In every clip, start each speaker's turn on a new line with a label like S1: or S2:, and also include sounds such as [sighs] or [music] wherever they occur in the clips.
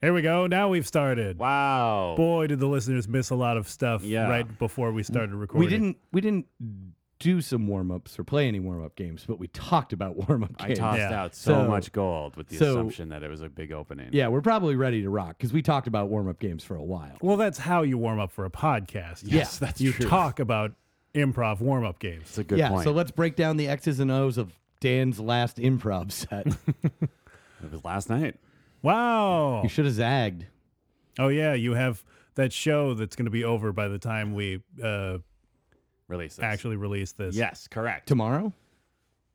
S1: Here we go. Now we've started.
S2: Wow.
S1: Boy, did the listeners miss a lot of stuff
S2: Yeah.
S1: right before we started recording.
S3: We didn't we didn't do some warm ups or play any warm up games, but we talked about [laughs] warm up
S2: I
S3: games.
S2: tossed
S1: Yeah.
S2: out so,
S3: So-
S2: much gold with the
S3: so-
S2: assumption that it was a big opening.
S3: yeah, we're probably ready to rock because we talked about warm up games for a while.
S1: Well, that's how you warm up for a podcast.
S3: Yes, Yeah. that's
S1: you
S3: true.
S1: talk about improv warm up games.
S2: It's a good
S3: yeah,
S2: point.
S3: so let's break down the X's and O's of Dan's last improv
S2: [laughs]
S3: set.
S2: it was last night.
S1: Wow.
S3: you should have zagged.
S1: Oh yeah, you have that show that's going to be over by the time we uh,
S2: Release this.
S1: actually release this.
S2: Yes, correct.
S3: Tomorrow?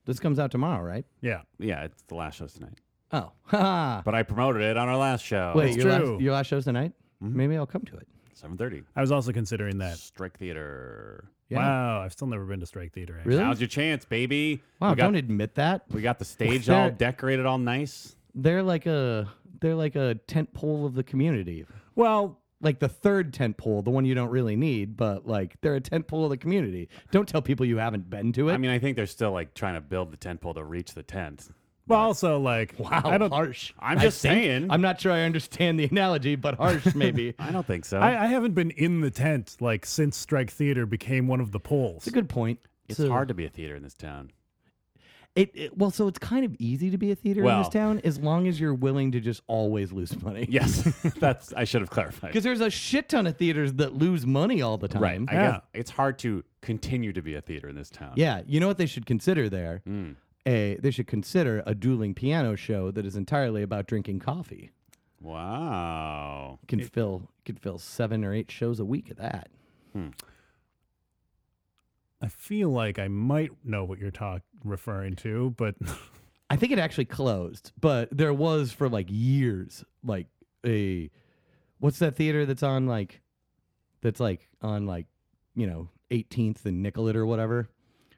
S3: This comes out tomorrow, right?
S1: Yeah.
S2: yeah, it's the last show tonight.
S3: Oh. [laughs] Ha
S2: But I promoted it on our last show.
S3: Wait, your
S1: true.
S3: last, your last show's tonight?
S2: Mm-hmm.
S3: Maybe I'll come to it.
S2: 7.30.
S1: I was also considering that.
S2: Strike Theater.
S3: Yeah.
S1: Wow, I've still never been to Strike Theater. Actually.
S3: Really?
S2: Now's your chance, baby.
S3: Wow,
S2: we got,
S3: don't admit that.
S2: we got the stage
S3: There-
S2: all decorated all nice.
S3: They're like a they're like a tent pole of the community.
S1: Well,
S3: like the third tent pole, the one you don't really need, but like they're a tent pole of the community. Don't tell people you haven't been to it.
S2: I mean, [laughs] I think they're still like trying to build the tent pole to reach the tent.
S1: well, also like
S3: wow,
S1: I don't.
S3: harsh.
S2: [laughs] I'm
S3: I
S2: just
S3: think-
S2: saying.
S3: I'm not sure I understand the analogy, but harsh maybe.
S2: [laughs] I don't think so.
S1: I, I haven't been in the tent like since Strike Theater became one of the polls.
S3: It's a good point.
S2: it's
S3: So-
S2: hard to be a theater in this town.
S3: It, it- well, so it's kind of easy to be a theater in
S2: Well-
S3: this town as long as you're willing to just always lose money. [laughs]
S2: Yes, [laughs] that's I should have clarified.
S3: Because there's a shit ton of theaters that lose money all the time.
S2: Right. I
S1: Yeah.
S2: guess it's hard to continue to be a theater in this town.
S3: Yeah, you know what they should consider there?
S2: Mm.
S3: A they should consider a dueling piano show that is entirely about drinking coffee.
S2: Wow.
S3: can fill can fill seven or eight shows a week of that.
S1: I feel like I might know what you're talk referring to, but [laughs]
S3: I think it actually closed, but there was for like years like a what's that theater that's on like that's like on like you know 18th and Nicollet or whatever.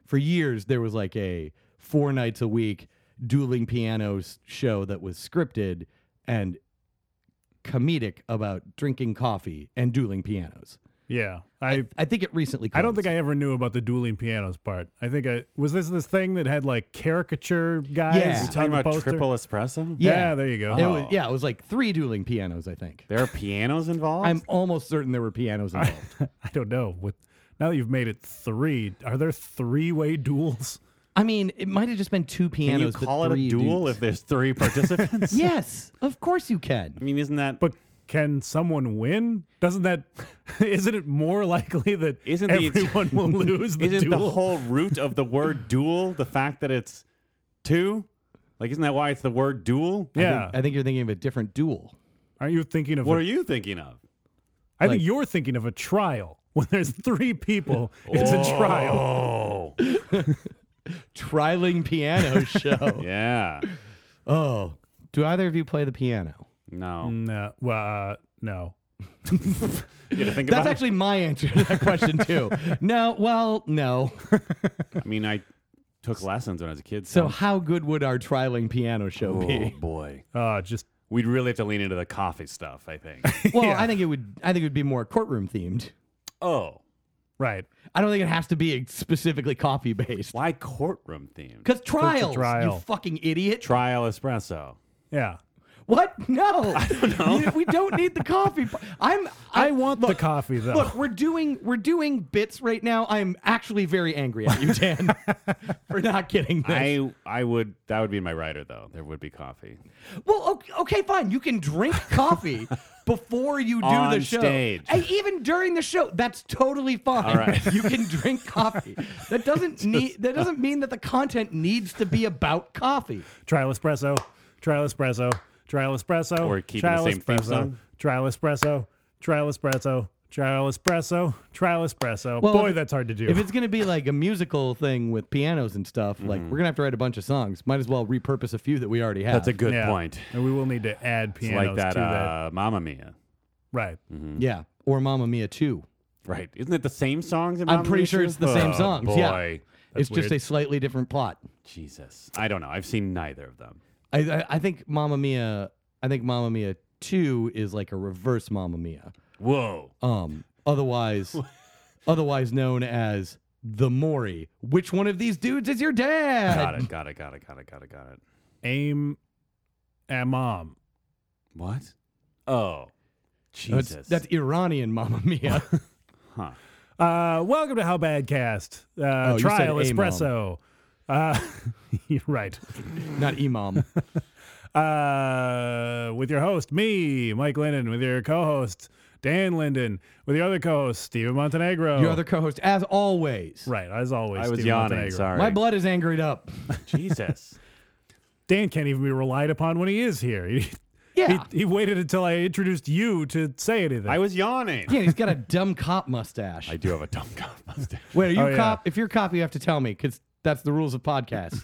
S3: For years there was like a four nights a week dueling pianos show that was scripted and comedic about drinking coffee and dueling pianos.
S1: yeah, I
S3: I think it recently closed.
S1: I don't think I ever knew about the dueling pianos part. I think I was this this thing that had like caricature guys
S3: Yeah.
S2: You
S3: It's
S1: on
S2: talking
S1: the
S2: about
S1: poster.
S2: triple espresso?
S1: yeah. there you go.
S3: It was, yeah, it was like three dueling pianos, I think.
S2: There are pianos involved?
S3: I'm almost certain there were pianos involved.
S1: [laughs] I don't know. What now that you've made it three? Are there three way duels?
S3: [laughs] I mean, it might have just been two
S2: Can you
S3: pianos.
S2: call it a duel
S3: [laughs]
S2: if there's three participants?
S3: yes, of course you
S2: I
S3: can.
S2: mean, isn't that
S1: But can someone win? Doesn't that [laughs] isn't it more likely that
S2: Isn't the-
S1: everyone
S2: [laughs]
S1: will lose the
S2: isn't the
S1: duel?
S2: whole root of the word duel the fact that it's two? Like, isn't that why it's the word duel?
S1: yeah.
S2: [laughs]
S3: I think you're thinking of a different duel.
S1: Aren't you thinking of?
S2: What are
S1: A,
S2: you thinking of?
S1: I think
S3: like-
S1: you're thinking of a trial. [laughs] When there's three people, it's a trial.
S2: Oh,
S3: Trialing [laughs] piano show.
S2: yeah.
S3: Oh, do either of you play the piano? Oh.
S2: No.
S1: No, well, uh, no.
S2: You gotta think
S3: That's
S2: about it.
S3: actually my answer to that [laughs] question too. no, well, no.
S2: I mean, I took lessons when I was a kid.
S3: So [laughs] how good would our trialing piano show
S2: oh,
S3: be?
S2: boy.
S1: Uh, just
S2: We'd really have to lean into the coffee stuff, I think.
S3: [laughs] Well, I think it would. I think it would be more courtroom themed.
S2: oh,
S1: right.
S3: I don't think it has to be specifically coffee based.
S2: why courtroom themed?
S3: Because trials,
S1: trial.
S3: you fucking idiot.
S2: Trial espresso.
S1: Yeah.
S3: what? No, I don't know. we don't need the coffee. p- I'm. I,
S1: I want the coffee though.
S3: Look, we're doing we're doing bits right now. I'm actually very angry at you, Dan, for not getting this.
S2: I I would that would be my rider though. There would be coffee
S3: well, okay, okay, fine. You can drink coffee before you do
S2: On
S3: the show,
S2: stage.
S3: and even during the show, that's totally fine.
S2: All right.
S3: you can drink coffee. That doesn't need. That doesn't mean that the content needs to be about coffee.
S1: Trial espresso. Trial espresso. Trial espresso.
S2: We're keeping the
S1: trial
S2: same theme
S1: espresso.
S2: song?
S1: Trial espresso. Trial espresso. Trial espresso. Trial espresso.
S3: Well,
S1: Boy,
S3: if-
S1: that's hard to do.
S3: If it's gonna be like a musical thing with pianos and stuff, like
S2: Mm-hmm.
S3: we're gonna have to write a bunch of songs. Might as well repurpose a few that we already have.
S2: That's a good
S1: Yeah.
S2: point.
S1: and we will need to add
S2: It's
S1: pianos
S2: like that,
S1: to that.
S2: uh, mm. Mamma Mia.
S1: Right.
S3: yeah. Or Mamma Mia too.
S2: Right? Isn't it the same songs? in
S3: I'm
S2: Mamma
S3: pretty
S2: Mia
S3: sure
S2: too?
S3: it's the same
S2: Oh,
S3: songs,
S2: Boy.
S3: yeah. it's
S1: weird.
S3: just a slightly different plot.
S2: Jesus, I don't know. I've seen neither of them.
S3: I, I I think Mamma Mia. I think Mamma Mia two is like a reverse Mamma Mia.
S2: Whoa.
S3: Um,
S2: [laughs]
S3: otherwise, otherwise known as the Mori. Which one of these dudes is your dad?
S2: Got it. Got it. Got
S1: uh,
S2: it. Got it. Got it. Got it.
S1: Aim at mom.
S2: What? Oh,
S3: That's,
S2: Jesus.
S3: that's Iranian Mamma
S2: [laughs]
S3: Mia.
S2: huh.
S1: Uh, welcome to How Bad Cast. Uh,
S2: Oh,
S3: you said
S1: trial
S3: Amom.
S1: Espresso. Uh, [laughs] you're right.
S3: Not Imam.
S1: Uh, with your host, me, Mike Linden, with your co host, Dan Linden, with your other co host, Steven Montenegro.
S2: Oh.
S3: Your other co host, as always.
S1: Right, as always.
S2: I was
S1: Steven
S2: yawning.
S1: Montenegro.
S2: Sorry.
S3: My blood is angered up. [laughs]
S2: Jesus.
S1: Dan can't even be relied upon when he is here. He,
S3: Yeah.
S1: he, he waited until I introduced you to say anything.
S2: I was yawning.
S3: yeah, he's got a dumb cop mustache.
S2: I do have a dumb [laughs] cop mustache.
S3: Wait, are you
S1: Oh, yeah.
S3: cop? If you're a cop, you have to tell me because that's the rules of [laughs] podcasts.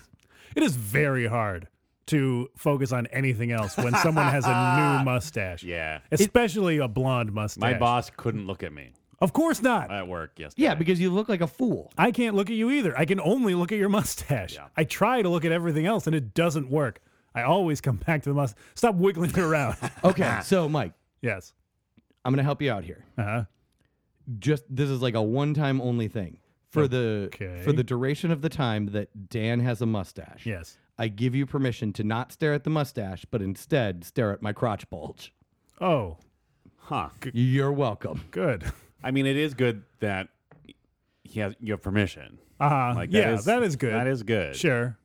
S1: it is very hard to focus on anything else when someone has a
S2: [laughs]
S1: new mustache.
S2: Yeah.
S1: Especially a blonde mustache.
S2: My boss couldn't look at me
S1: Of course not.
S2: at work yesterday.
S3: yeah, because you look like a fool.
S1: I can't look at you either. I can only look at your mustache.
S2: Yeah.
S1: I try to look at everything else and it doesn't work. I always come back to the mustache. Stop wiggling it
S2: [laughs]
S1: around.
S3: [laughs] Okay, so Mike,
S1: yes.
S3: I'm gonna help you out here.
S1: Uh-huh.
S3: Just this is like a one-time only thing for the
S1: Okay.
S3: for the duration of the time that Dan has a mustache.
S1: Yes.
S3: I give you permission to not stare at the mustache, but instead stare at my crotch bulge.
S1: Oh,
S2: Huh.
S3: You're welcome.
S1: good.
S2: I mean, it is good that he has you have permission.
S1: Uh-huh.
S2: Like
S1: yeah,
S2: that is,
S1: that is good.
S2: That is good.
S1: Sure.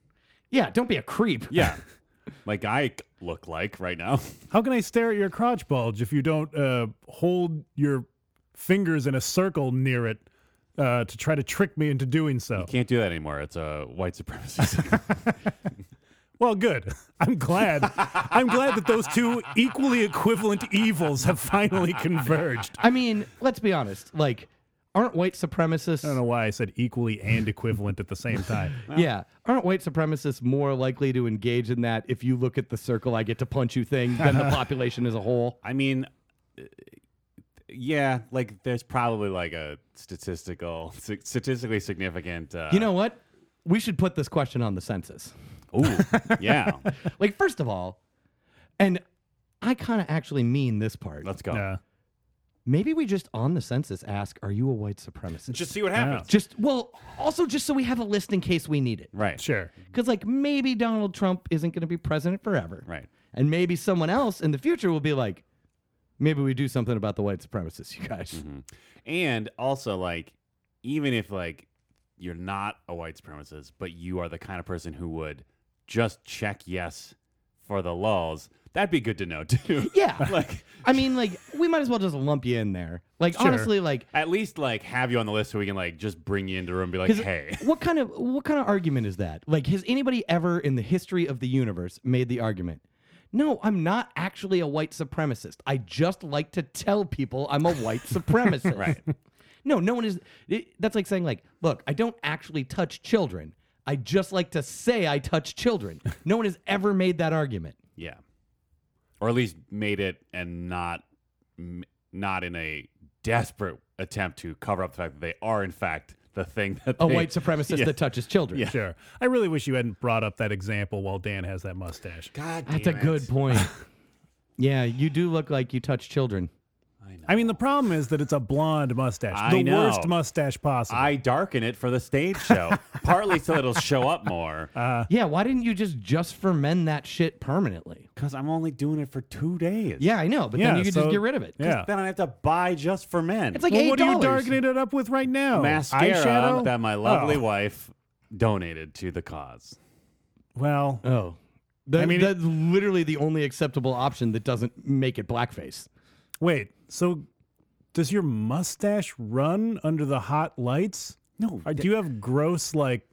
S3: Yeah, don't be a creep.
S2: Yeah.
S1: [laughs]
S2: like I c- look like right now. [laughs]
S1: How can I stare at your crotch bulge if you don't uh, hold your fingers in a circle near it uh, to try to trick me into doing so?
S2: Can't do that anymore. It's a white supremacy. [laughs]
S1: Well, good. [laughs] I'm glad. I'm glad that those two equally equivalent evils have
S2: [laughs]
S1: finally converged.
S3: I mean, let's be honest. Like, aren't white supremacists?
S1: I don't know why I said equally and equivalent at the same
S2: [laughs]
S1: time.
S3: Yeah. Aren't white supremacists more likely to engage in that if you look at the circle I get to punch you thing
S2: [laughs]
S3: than the population as a whole?
S2: I mean, uh, yeah, like there's probably like a statistical, si- statistically significant. Uh,
S3: You know what? We should put this question on
S2: [laughs]
S3: the census.
S2: ooh, yeah.
S1: [laughs]
S3: Like, first of all, and I kind of actually mean this part.
S2: Let's go.
S1: Yeah.
S3: Maybe we just on the census ask, are you a white supremacist?
S2: Just see what happens.
S3: Just, well, also just so we have a list in case we need it.
S2: Right.
S1: Sure.
S3: Because, like, maybe Donald Trump isn't going to be president forever.
S2: Right.
S3: And maybe someone else in the future will be like, maybe we do something about the white supremacists, you guys.
S2: And also, like, even if like you're not a white supremacist, but you are the kind of person who would just check yes for the lulls, that'd be good to know [laughs] too.
S3: Yeah.
S2: like,
S3: I mean, like, we might as well just lump you in there. Like,
S1: Sure.
S3: honestly, like,
S2: at least like have you on the list so we can like just bring you into the room and be like,
S3: 'cause
S2: hey. [laughs]
S3: what kind of what kind of argument is that? Like, has anybody ever in the history of the universe made the argument? No, I'm not actually a white supremacist. I just like to tell people I'm a
S2: [laughs]
S3: white supremacist.
S2: Right.
S3: No, no one is. It, that's like saying, like, look, I don't actually touch children. I just like to say I touch children. No one has ever made that argument.
S2: Yeah, or at least made it and not m- not in a desperate attempt to cover up the fact that they are in fact the thing that
S3: A
S2: they-
S3: white supremacist
S2: Yeah.
S3: that touches children.
S1: Sure. I really wish you hadn't brought up that example while Dan has that mustache.
S2: God,
S3: That's
S2: damn
S3: a
S2: it.
S3: good point. yeah, you do look like you touch children.
S2: I, know.
S1: I mean, the problem is that it's a blonde mustache.
S2: I
S1: the
S2: know.
S1: worst mustache possible.
S2: I darken it for the stage
S3: [laughs]
S2: show, partly so it'll show up more.
S3: Yeah, why didn't you just just for men that shit permanently?
S2: Because I'm only doing it for two days.
S3: Yeah, I know, but
S1: yeah,
S3: then you could
S1: so-
S3: just get rid of it.
S1: Yeah.
S2: Then I have to buy just for men.
S3: It's like
S1: Well,
S3: eight
S1: what are you
S3: dollars.
S1: darkening it up with right now?
S2: mascara
S1: Eyeshadow?
S2: that my lovely
S1: Oh.
S2: wife donated to the cause.
S1: Well,
S3: Oh. The,
S1: I mean-
S3: that's literally the only acceptable option that doesn't make it blackface. [laughs]
S1: wait. So, does your mustache run under the hot lights?
S2: No,
S1: Or do you have gross like?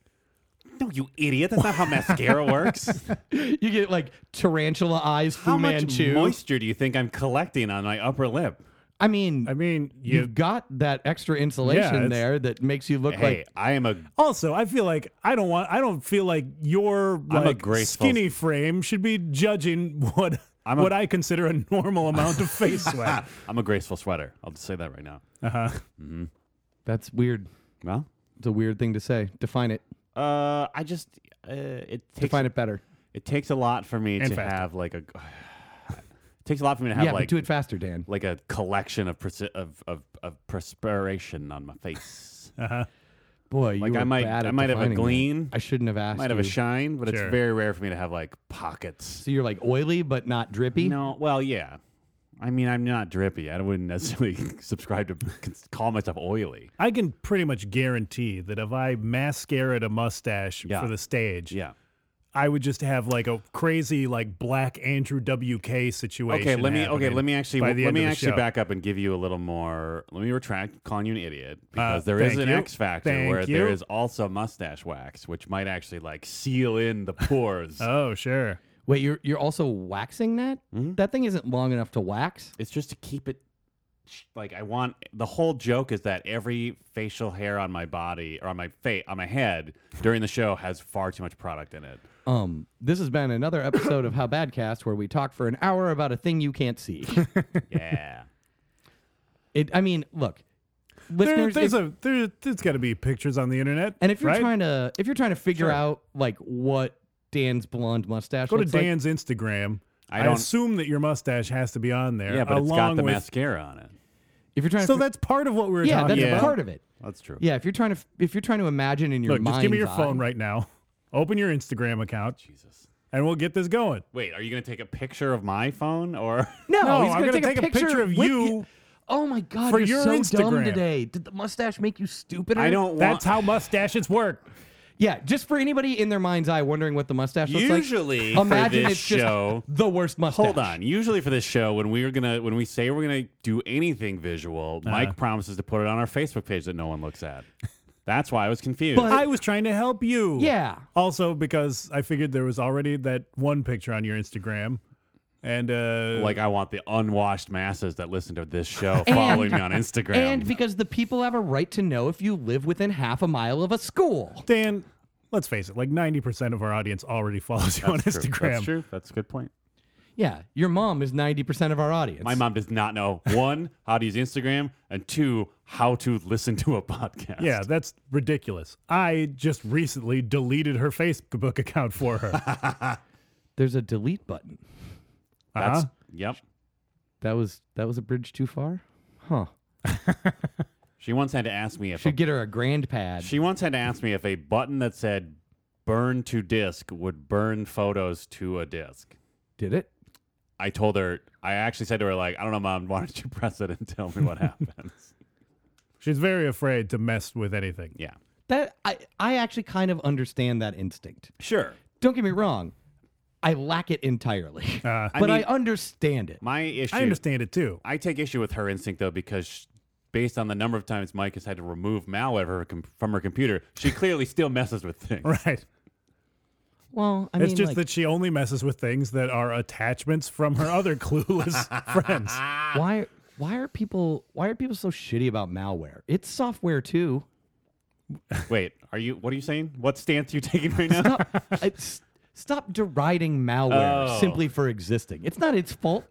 S2: no, you idiot! That's not how [laughs] mascara works.
S3: You get like tarantula eyes, Fu
S2: How much
S3: Manchu.
S2: moisture do you think I'm collecting on my upper lip?
S3: I mean,
S1: I mean, you.
S3: you've got that extra insulation
S1: it's-
S3: there that makes you look
S2: Hey,
S3: like
S2: I am a
S1: also, I feel like I don't want. I don't feel like your
S2: I'm a
S1: like
S2: graceful-
S1: skinny frame should be judging what
S2: I'm a-
S1: what I consider a normal amount of face
S2: [laughs]
S1: sweat.
S2: I'm a graceful sweater. I'll just say that right now.
S1: Uh-huh.
S3: that's weird.
S2: Well,
S3: It's a weird thing to say. Define it.
S2: uh, I just uh, it takes
S3: Define it better.
S2: it takes a lot for me
S1: And
S2: to
S1: faster.
S2: have like a [sighs] it takes a lot for me to have
S3: yeah,
S2: like
S3: but do it faster, Dan.
S2: like a collection of, persi- of of of perspiration on my
S1: [laughs]
S2: face.
S3: Boy, you
S2: Like, I
S3: were
S2: might-
S3: bad
S2: I
S3: at
S2: might have a
S3: defining that.
S2: glean.
S3: I shouldn't have asked.
S2: Might have a
S3: you.
S2: shine, but
S1: Sure.
S2: it's very rare for me to have like pockets.
S3: So you're like oily but not drippy.
S2: No, well, yeah. I mean, I'm not drippy. I wouldn't necessarily [laughs] subscribe to call myself oily.
S1: I can pretty much guarantee that if I mascaraed a mustache
S2: Yeah.
S1: for the stage,
S2: Yeah.
S1: I would just have like a crazy like black Andrew WK situation.
S2: Okay, let me. Okay,
S1: happening
S2: let me actually.
S1: by the
S2: Let
S1: end
S2: me
S1: of the
S2: actually
S1: show.
S2: back up and give you a little more. Let me retract calling you an idiot because
S1: Uh,
S2: there is
S1: thank
S2: an
S1: you.
S2: X factor
S1: Thank
S2: where there
S1: you.
S2: is also mustache wax, which might actually like seal in
S1: [laughs]
S2: the pores.
S1: Oh sure.
S3: Wait, you're you're also waxing that?
S1: Mm-hmm.
S2: Mhm.
S3: That thing isn't long enough to wax.
S2: it's just to keep it. sh- Like I want the whole joke is that every facial hair on my body or on my face on my head during the show has far too much product in it.
S3: Um, this has been another episode of How Bad Cast where we talk for an hour about a thing you
S1: [laughs]
S3: can't see. [laughs]
S2: Yeah.
S3: it, I mean, look,
S1: There,
S3: listeners,
S1: there's
S3: if-
S1: a there, there's got to be pictures on the internet.
S3: and if you're
S1: right?
S3: trying to if you're trying to figure
S1: Sure.
S3: out like what Dan's blonde mustache
S1: go to
S3: looks like,
S1: Dan's Instagram,
S2: I
S1: I,
S2: don't-
S1: assume that your mustache has to be on there.
S2: Yeah, but it's got
S1: along
S2: the
S1: with,
S2: mascara on it.
S3: if you're trying
S1: [laughs] So
S3: to,
S1: that's part of what we were
S3: yeah,
S1: talking
S3: that's
S2: Yeah.
S1: about.
S3: part of it.
S2: That's true.
S3: Yeah, if you're trying to if you're trying to imagine in your
S1: Look,
S3: mind,
S1: just give me your phone right now. Open your Instagram account,
S2: Jesus.
S1: and we'll get this going.
S2: Wait, are you gonna take a picture of my phone
S3: [laughs]
S2: or?
S3: No,
S1: No,
S3: he's
S1: I'm
S3: gonna,
S1: gonna
S3: take, a picture
S1: of
S3: with
S1: you
S3: Oh my god,
S1: for
S3: you're
S1: your
S3: so dumb
S1: Instagram.
S3: today. Did the mustache make you stupider?
S2: I don't.
S1: That's
S2: want,
S1: how mustaches work.
S3: Yeah, just for anybody in their mind's eye wondering what the mustache looks like.
S2: Usually for
S3: imagine
S2: this
S3: it's just [laughs]
S2: show-
S3: the worst mustache.
S2: Hold on. Usually for this show, when we're gonna when we say we're gonna do anything visual,
S3: Uh-huh.
S2: Mike promises to put it on our Facebook page that no one looks at. That's why I was confused.
S3: But-
S1: I was trying to help you.
S3: Yeah.
S1: Also, because I figured there was already that one picture on your Instagram, and uh,
S2: like I want the unwashed masses that listen to this show following me on Instagram.
S3: And because the people have a right to know if you live within half a mile of a school.
S1: Dan, let's face it, like ninety percent of our audience already follows you on
S2: That's true.
S1: Instagram.
S2: That's true. That's a good point.
S3: Yeah, your mom is 90% of our audience.
S2: My mom does not know one how to use Instagram and two how to listen to a podcast.
S1: Yeah, that's ridiculous. I just recently deleted her Facebook account for [laughs] her. uh-huh.
S3: There's a delete button.
S1: Uh-huh.
S2: That's yep.
S3: That was that was a bridge too far? Huh.
S2: She once had to ask me if a
S3: Should get her a grand pad.
S2: She once had to ask me if a button that said burn to disk would burn photos to a disk.
S3: Did it?
S2: I told her, I actually said to her, like, I don't know, mom, why don't you [laughs] press it and tell me [laughs] what happens?
S1: She's very afraid to mess with anything.
S2: yeah.
S3: That I I actually kind of understand that instinct.
S2: Sure.
S3: Don't get me wrong. I lack it entirely.
S1: Uh,
S3: but I,
S2: mean-
S3: understand it.
S2: My issue,
S1: I understand it too.
S2: I take issue with her instinct, though, because sh based on the number of times Mike has had to remove malware from her, com- from her computer, she clearly still messes with things.
S1: [laughs] Right.
S3: Well, I
S1: it's
S3: mean,
S1: just
S3: like,
S1: that she only messes with things that are attachments from her other [laughs] clueless friends.
S3: why why are people why are people so shitty about malware? It's software too.
S2: Wait, are you, what are you saying? What stance are you taking right now?
S3: Stop, it's, stop deriding malware
S2: Oh.
S3: simply for existing. It's not its fault.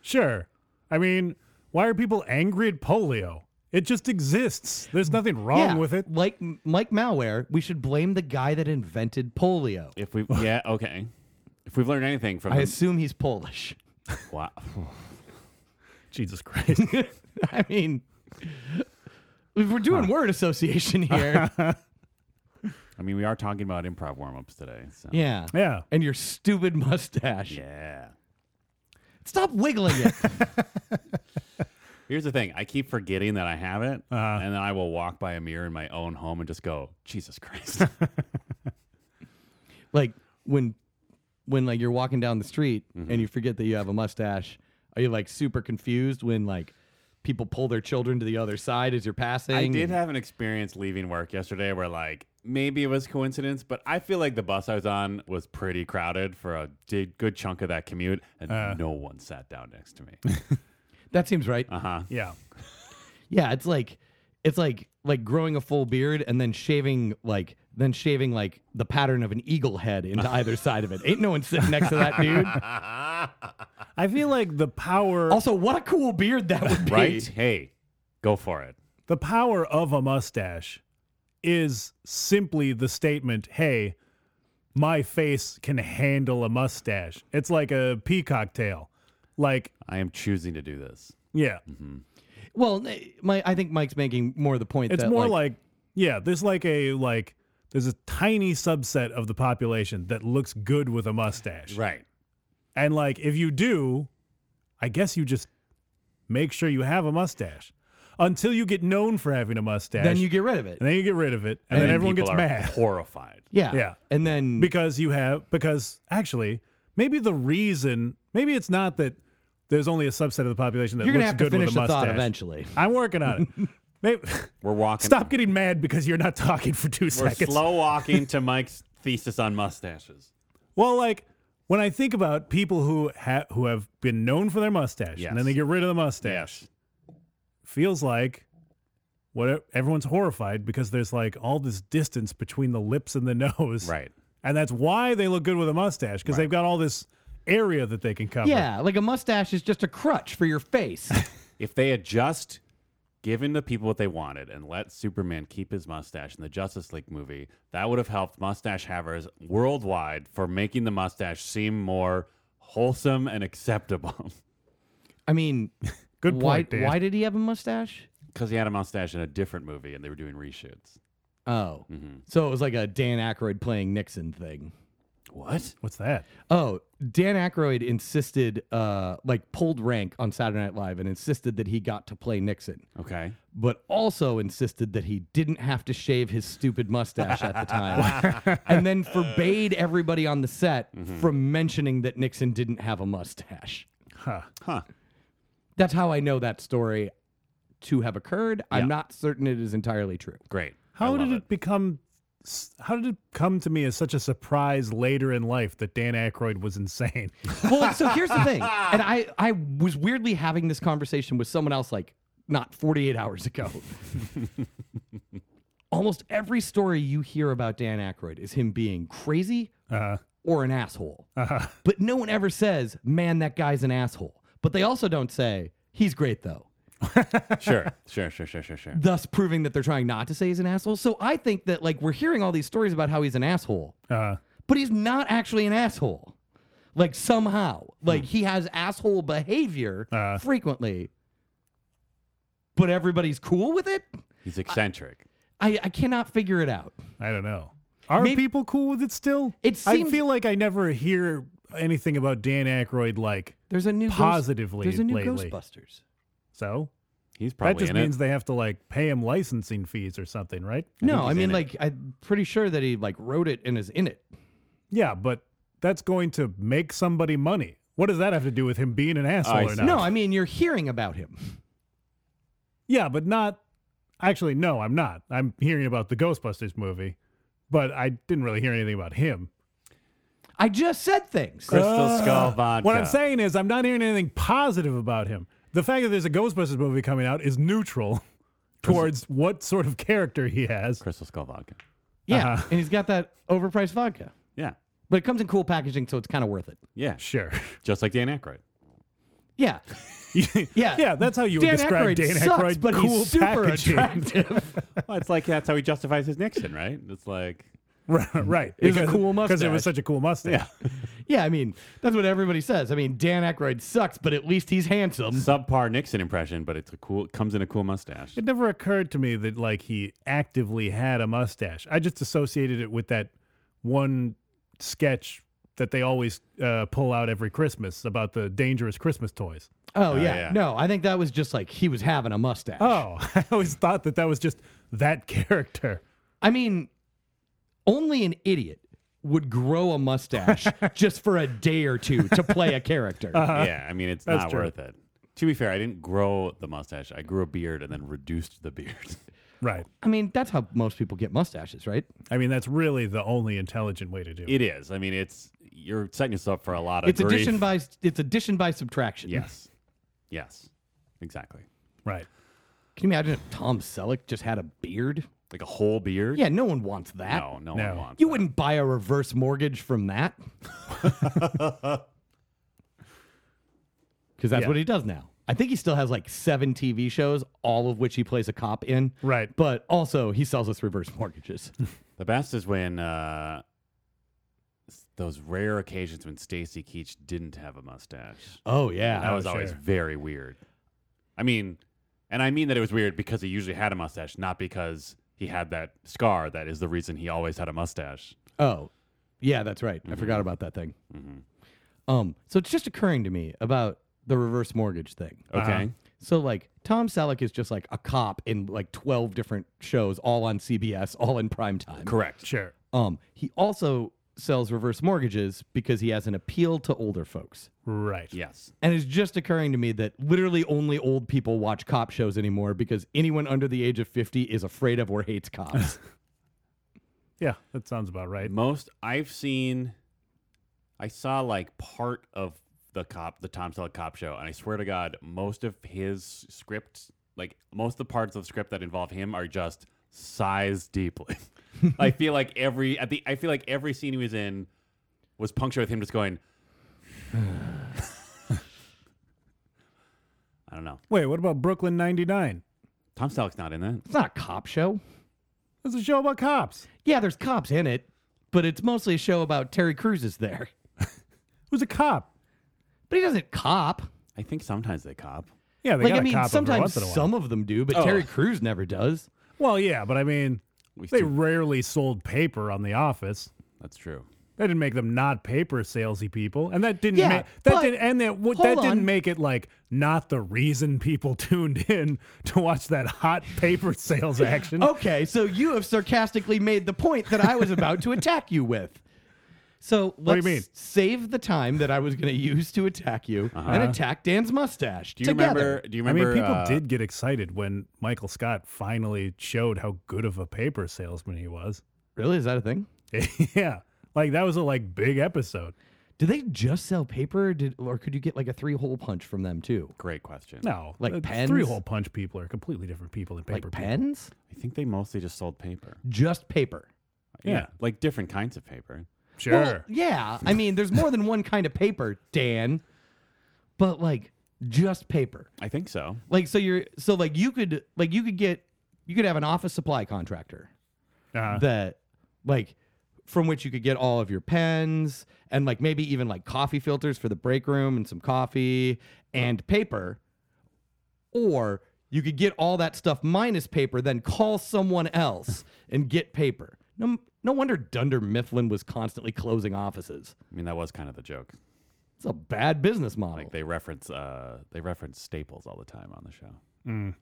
S1: Sure. I mean, why are people angry at polio? It just exists. There's nothing wrong
S3: yeah,
S1: Oh, with it.
S3: Like like malware, we should blame the guy that invented polio.
S2: If we, yeah, okay. If we've learned anything from
S3: I
S2: him,
S3: assume he's Polish. [laughs]
S2: wow.
S1: Jesus Christ.
S3: I mean, if we're doing word association here.
S2: I mean, we are talking about improv warm ups today. So.
S3: yeah.
S1: [laughs] yeah.
S3: And your stupid mustache.
S2: Yeah.
S3: Stop wiggling it.
S2: Here's the thing I keep forgetting that I have it,
S1: Uh-huh.
S2: and then I will walk by a mirror in my own home and just go, Jesus Christ.
S3: like when when like you're walking down the street
S1: Mm-hmm.
S3: and you forget that you have a mustache are you like super confused when like people pull their children to the other side as you're passing
S2: I did
S3: and-
S2: have an experience leaving work yesterday where, like, maybe it was coincidence, but I feel like the bus I was on was pretty crowded for a di- good chunk of that commute, and
S1: Uh.
S2: no one sat down next
S1: [laughs]
S2: to me.
S3: that seems right
S2: Uh huh.
S1: Yeah.
S3: yeah it's like it's like like growing a full beard and then shaving like then shaving like the pattern of an eagle head
S1: [laughs]
S3: into either side of it ain't no one sitting next to that dude
S1: I feel like the power
S3: also what a cool beard that would be
S2: Right? Hey, go for it.
S1: the power of a mustache is simply the statement, hey, my face can handle a mustache. It's like a peacock tail. Like,
S2: I am choosing to do this.
S1: yeah.
S3: well n- my i think mike's making more the point
S1: It's
S3: that,
S1: more
S3: like,
S1: like, yeah, there's like a like there's a tiny subset of the population that looks good with a mustache.
S2: Right.
S1: And like if you do, I guess you just make sure you have a mustache until you get known for having a mustache.
S3: Then you get rid of it.
S1: and then you get rid of it, and, then, everyone
S2: people
S1: gets
S2: are
S1: mad [laughs]
S2: horrified.
S3: Yeah.
S1: Yeah.
S3: And then
S1: because you have because actually maybe the reason maybe it's not that there's only a subset of the population that
S3: you're gonna
S1: looks
S3: have to
S1: good
S3: finish
S1: with a
S3: the
S1: mustache.
S3: thought eventually.
S1: I'm working on
S3: [laughs]
S1: it. Maybe
S2: We're walking.
S1: stop getting mad because you're not talking for 2
S2: We're
S1: seconds.
S2: slow walking to Mike's thesis on mustaches.
S1: Well, like when I think about people who ha- who have been known for their mustache
S2: Yes.
S1: and then they get rid of the mustache, feels like what e-, everyone's horrified because there's like all this distance between the lips and the nose.
S2: Right.
S1: And that's why they look good with a mustache because they've got all this area that they can cover.
S3: Yeah, like a mustache is just a crutch for your face.
S2: If they had just given the people what they wanted and let Superman keep his mustache in the Justice League movie, that would have helped mustache havers worldwide for making the mustache seem more wholesome and acceptable.
S3: [laughs]
S2: [laughs]
S3: I mean,
S1: Good
S3: why
S1: point, Dan.
S3: why did he have a mustache?
S2: Because he had a mustache in a different movie and they were doing reshoots.
S3: Oh,
S1: Mm-hmm.
S3: so it was like a Dan Aykroyd playing Nixon thing.
S2: What?
S1: What's that?
S3: Oh, Dan Aykroyd insisted, uh, like pulled rank on Saturday Night Live and insisted that he got to play Nixon,
S2: Okay.
S3: but also insisted that he didn't have to shave his stupid mustache at the
S1: [laughs]
S3: time, and then forbade everybody on the set
S1: Mm-hmm.
S3: from mentioning that Nixon didn't have a mustache.
S1: Huh.
S2: Huh.
S3: That's how I know that story to have occurred.
S2: Yeah.
S3: I'm not certain it is entirely true.
S2: Great. I
S1: How
S2: love
S1: did it, become? s- How did it come to me as such a surprise later in life that Dan Aykroyd was insane?
S2: [laughs]
S3: Well, so here's [laughs] the thing, and I I was weirdly having this conversation with someone else like not 48 hours [laughs] ago. Almost every story you hear about Dan Aykroyd is him being crazy
S1: Uh,
S3: or an asshole,
S1: uh,
S3: but no one ever says, "Man, that guy's an asshole." But they also don't say, "He's great though."
S1: [laughs]
S2: Sure. Sure, sure, sure, sure, sure.
S3: Thus proving that they're trying not to say he's an asshole. So I think that like we're hearing all these stories about how he's an asshole,
S1: uh,
S3: but he's not actually an asshole. Like somehow, like he has asshole behavior
S1: Uh.
S3: frequently, but everybody's cool with it.
S2: He's eccentric.
S3: I, I cannot figure it out.
S1: I don't know. Are
S3: Maybe-
S1: people cool with it still?
S3: It
S1: I
S3: seems-
S1: feel like I never hear anything about Dan Aykroyd like
S3: There's a new Ghost-
S1: Positively
S3: there's a new
S1: lately.
S3: Ghostbusters.
S1: so.
S2: He's probably
S1: that just
S2: in
S1: means
S2: it.
S1: they have to like pay him licensing fees or something, right?
S3: no,
S2: he's
S3: I mean
S2: in it.
S3: like I'm pretty sure that he like wrote it and is in it.
S1: Yeah, but that's going to make somebody money. What does that have to do with him being an asshole
S2: I
S1: or
S2: see.
S1: not?
S3: No, I mean you're hearing about him.
S1: Yeah, but not actually. No, I'm not. I'm hearing about the Ghostbusters movie, but I didn't really hear anything about him.
S3: I just said things.
S2: Crystal Skull Vodka.
S1: What I'm saying is, I'm not hearing anything positive about him. The fact that there's a Ghostbusters movie coming out is
S3: [laughs]
S1: neutral towards what sort of character he has.
S2: Crystal Skull Vodka.
S3: yeah,
S1: uh-huh.
S3: and he's got that overpriced vodka,
S2: Yeah.
S3: but it comes in cool packaging, so it's kind of worth it.
S2: Yeah.
S1: Sure. [laughs]
S2: Just like Dan Aykroyd.
S3: Yeah, [laughs] yeah,
S1: yeah, that's how you would
S3: Dan
S1: describe
S3: Aykroyd
S1: Dan
S3: sucks,
S1: Aykroyd.
S3: but
S1: cool
S3: he's super
S1: packaging. [laughs]
S3: attractive.
S2: Well, it's like that's how he justifies his Nixon, right? It's like
S1: right. right.
S3: It was a cool
S1: Because it was
S3: mustache.
S1: such a cool mustache.
S3: Yeah, I mean, that's what everybody says. I mean, Dan Aykroyd sucks, but at least he's handsome.
S2: subpar Nixon impression, but it's a cool it comes in a
S1: [laughs]
S2: cool mustache.
S1: It never occurred to me that like he actively had a mustache. I just associated it with that one sketch that they always uh, pull out every Christmas about the dangerous Christmas toys.
S3: Oh, yeah.
S2: yeah.
S3: No, I think that was just like he was having a mustache.
S1: Oh, [laughs] I always thought that that was just that [laughs] character.
S3: I mean, only an idiot would grow a [laughs] mustache just for a day or two to play a character.
S2: yeah, I mean it's
S1: That's
S2: not
S1: true.
S2: worth it. To be fair, I didn't grow the mustache. I grew a beard and then reduced the beard. [laughs]
S1: Right.
S3: I mean, that's how most people get mustaches, right?
S1: I mean, that's really the only intelligent way to do it.
S2: It is. I mean, it's you're setting yourself for a lot of
S3: It's
S2: grief.
S3: addition by it's addition by subtraction.
S2: yes, yes, exactly.
S1: Right.
S3: Can you imagine if Tom Selleck just had a beard?
S2: Like a whole beard.
S3: Yeah, no one wants that.
S2: No, no,
S1: No.
S2: one wants.
S3: You wouldn't buy a reverse mortgage from that. [laughs] Because that's
S1: Yeah.
S3: what he does now. I think he still has like seven TV shows, all of which he plays a cop in.
S1: Right.
S3: But also, he sells us reverse
S2: [laughs]
S3: mortgages.
S2: The best is when uh, s- those rare occasions when Stacy Keach didn't have a mustache.
S3: oh, yeah.
S2: That was always
S1: sure.
S2: very weird. I mean, and I mean that it was weird because he usually had a mustache, not because he had that scar that is the reason he always had a mustache.
S3: Oh,
S2: Mm-hmm.
S3: yeah, that's right. I forgot about that thing. Um, so it's just occurring to me about the reverse mortgage thing.
S2: Okay.
S3: So like Tom Selleck is just like a cop in like 12 different shows all on CBS, all in prime time.
S2: Correct.
S1: Sure.
S3: Um he also sells reverse mortgages because he has an appeal to older folks.
S1: Right.
S2: Yes.
S3: And it's just occurring to me that literally only old people watch cop shows anymore because anyone under the age of 50 is afraid of or
S1: [laughs]
S3: hates cops.
S1: Yeah, that sounds about right.
S2: Most I've seen, I saw like part of the cop, the Tom Selleck cop show, and I swear to God, most of his scripts, like most of the parts of the script that involve him, are just sighs deeply. [laughs] I feel like every at the I feel like every scene he was in was punctured with him just going. [sighs] I don't know.
S1: Wait, what about Brooklyn 99?
S2: Tom Selleck's not in that.
S3: it's not a cop show.
S1: It's a show about cops.
S3: Yeah, there's cops in it, but it's mostly a show about Terry Crews is there.
S1: Who's a cop?
S3: But he doesn't cop.
S2: I think sometimes they cop.
S1: Yeah, they
S3: like
S1: got
S3: I
S1: a
S3: mean,
S1: cop every
S3: sometimes
S1: once in a while.
S3: some of them do, but
S2: Oh.
S3: Terry Crews never does.
S1: Well, yeah, but I mean,
S2: We
S1: they
S2: still-
S1: rarely sold paper on The Office.
S2: That's true.
S1: That didn't make them not paper salesy people, and that didn't
S3: Yeah,
S1: ma-
S3: but-
S1: that didn't and that w-
S3: hold
S1: that
S3: on.
S1: didn't make it like not the reason people [laughs] tuned in to watch that hot paper sales action.
S3: Okay, so you have sarcastically made the point that I was about to attack you with. So
S1: do you
S3: let's
S1: mean?
S3: save the time that I was going to use to attack you
S1: Uh-huh.
S3: and attack Dan's mustache.
S2: Do you
S3: together.
S2: remember? Do you
S1: I
S2: remember?
S1: mean, people
S2: uh,
S1: did get excited when Michael Scott finally showed how good of a paper salesman he was. [laughs]
S3: Really, is that a thing?
S1: yeah, like that was a like big episode.
S3: Did they just sell paper, or, did, or could you get like a three-hole punch from them too?
S2: Great question.
S1: No, uh,
S3: Like pens?
S1: three hole punch people are completely different people than paper
S3: Like
S1: people.
S3: pens,
S2: I think they mostly just sold paper.
S3: just paper.
S1: Yeah.
S2: Like different kinds of paper.
S1: Sure,
S3: Well, yeah, I mean, there's more than one kind of paper, Dan. But like, just paper.
S2: I think so.
S3: Like so you're so like you could like you could get you could have an office supply contractor
S1: Uh,
S3: that like from which you could get all of your pens and like maybe even like coffee filters for the break room and some coffee and paper or you could get all that stuff minus paper then call someone else and get paper. No no wonder Dunder Mifflin was constantly closing offices.
S2: I mean, that was kind of the joke.
S3: It's a bad business model.
S2: Like they reference uh they reference Staples all the time on the show.
S1: mm.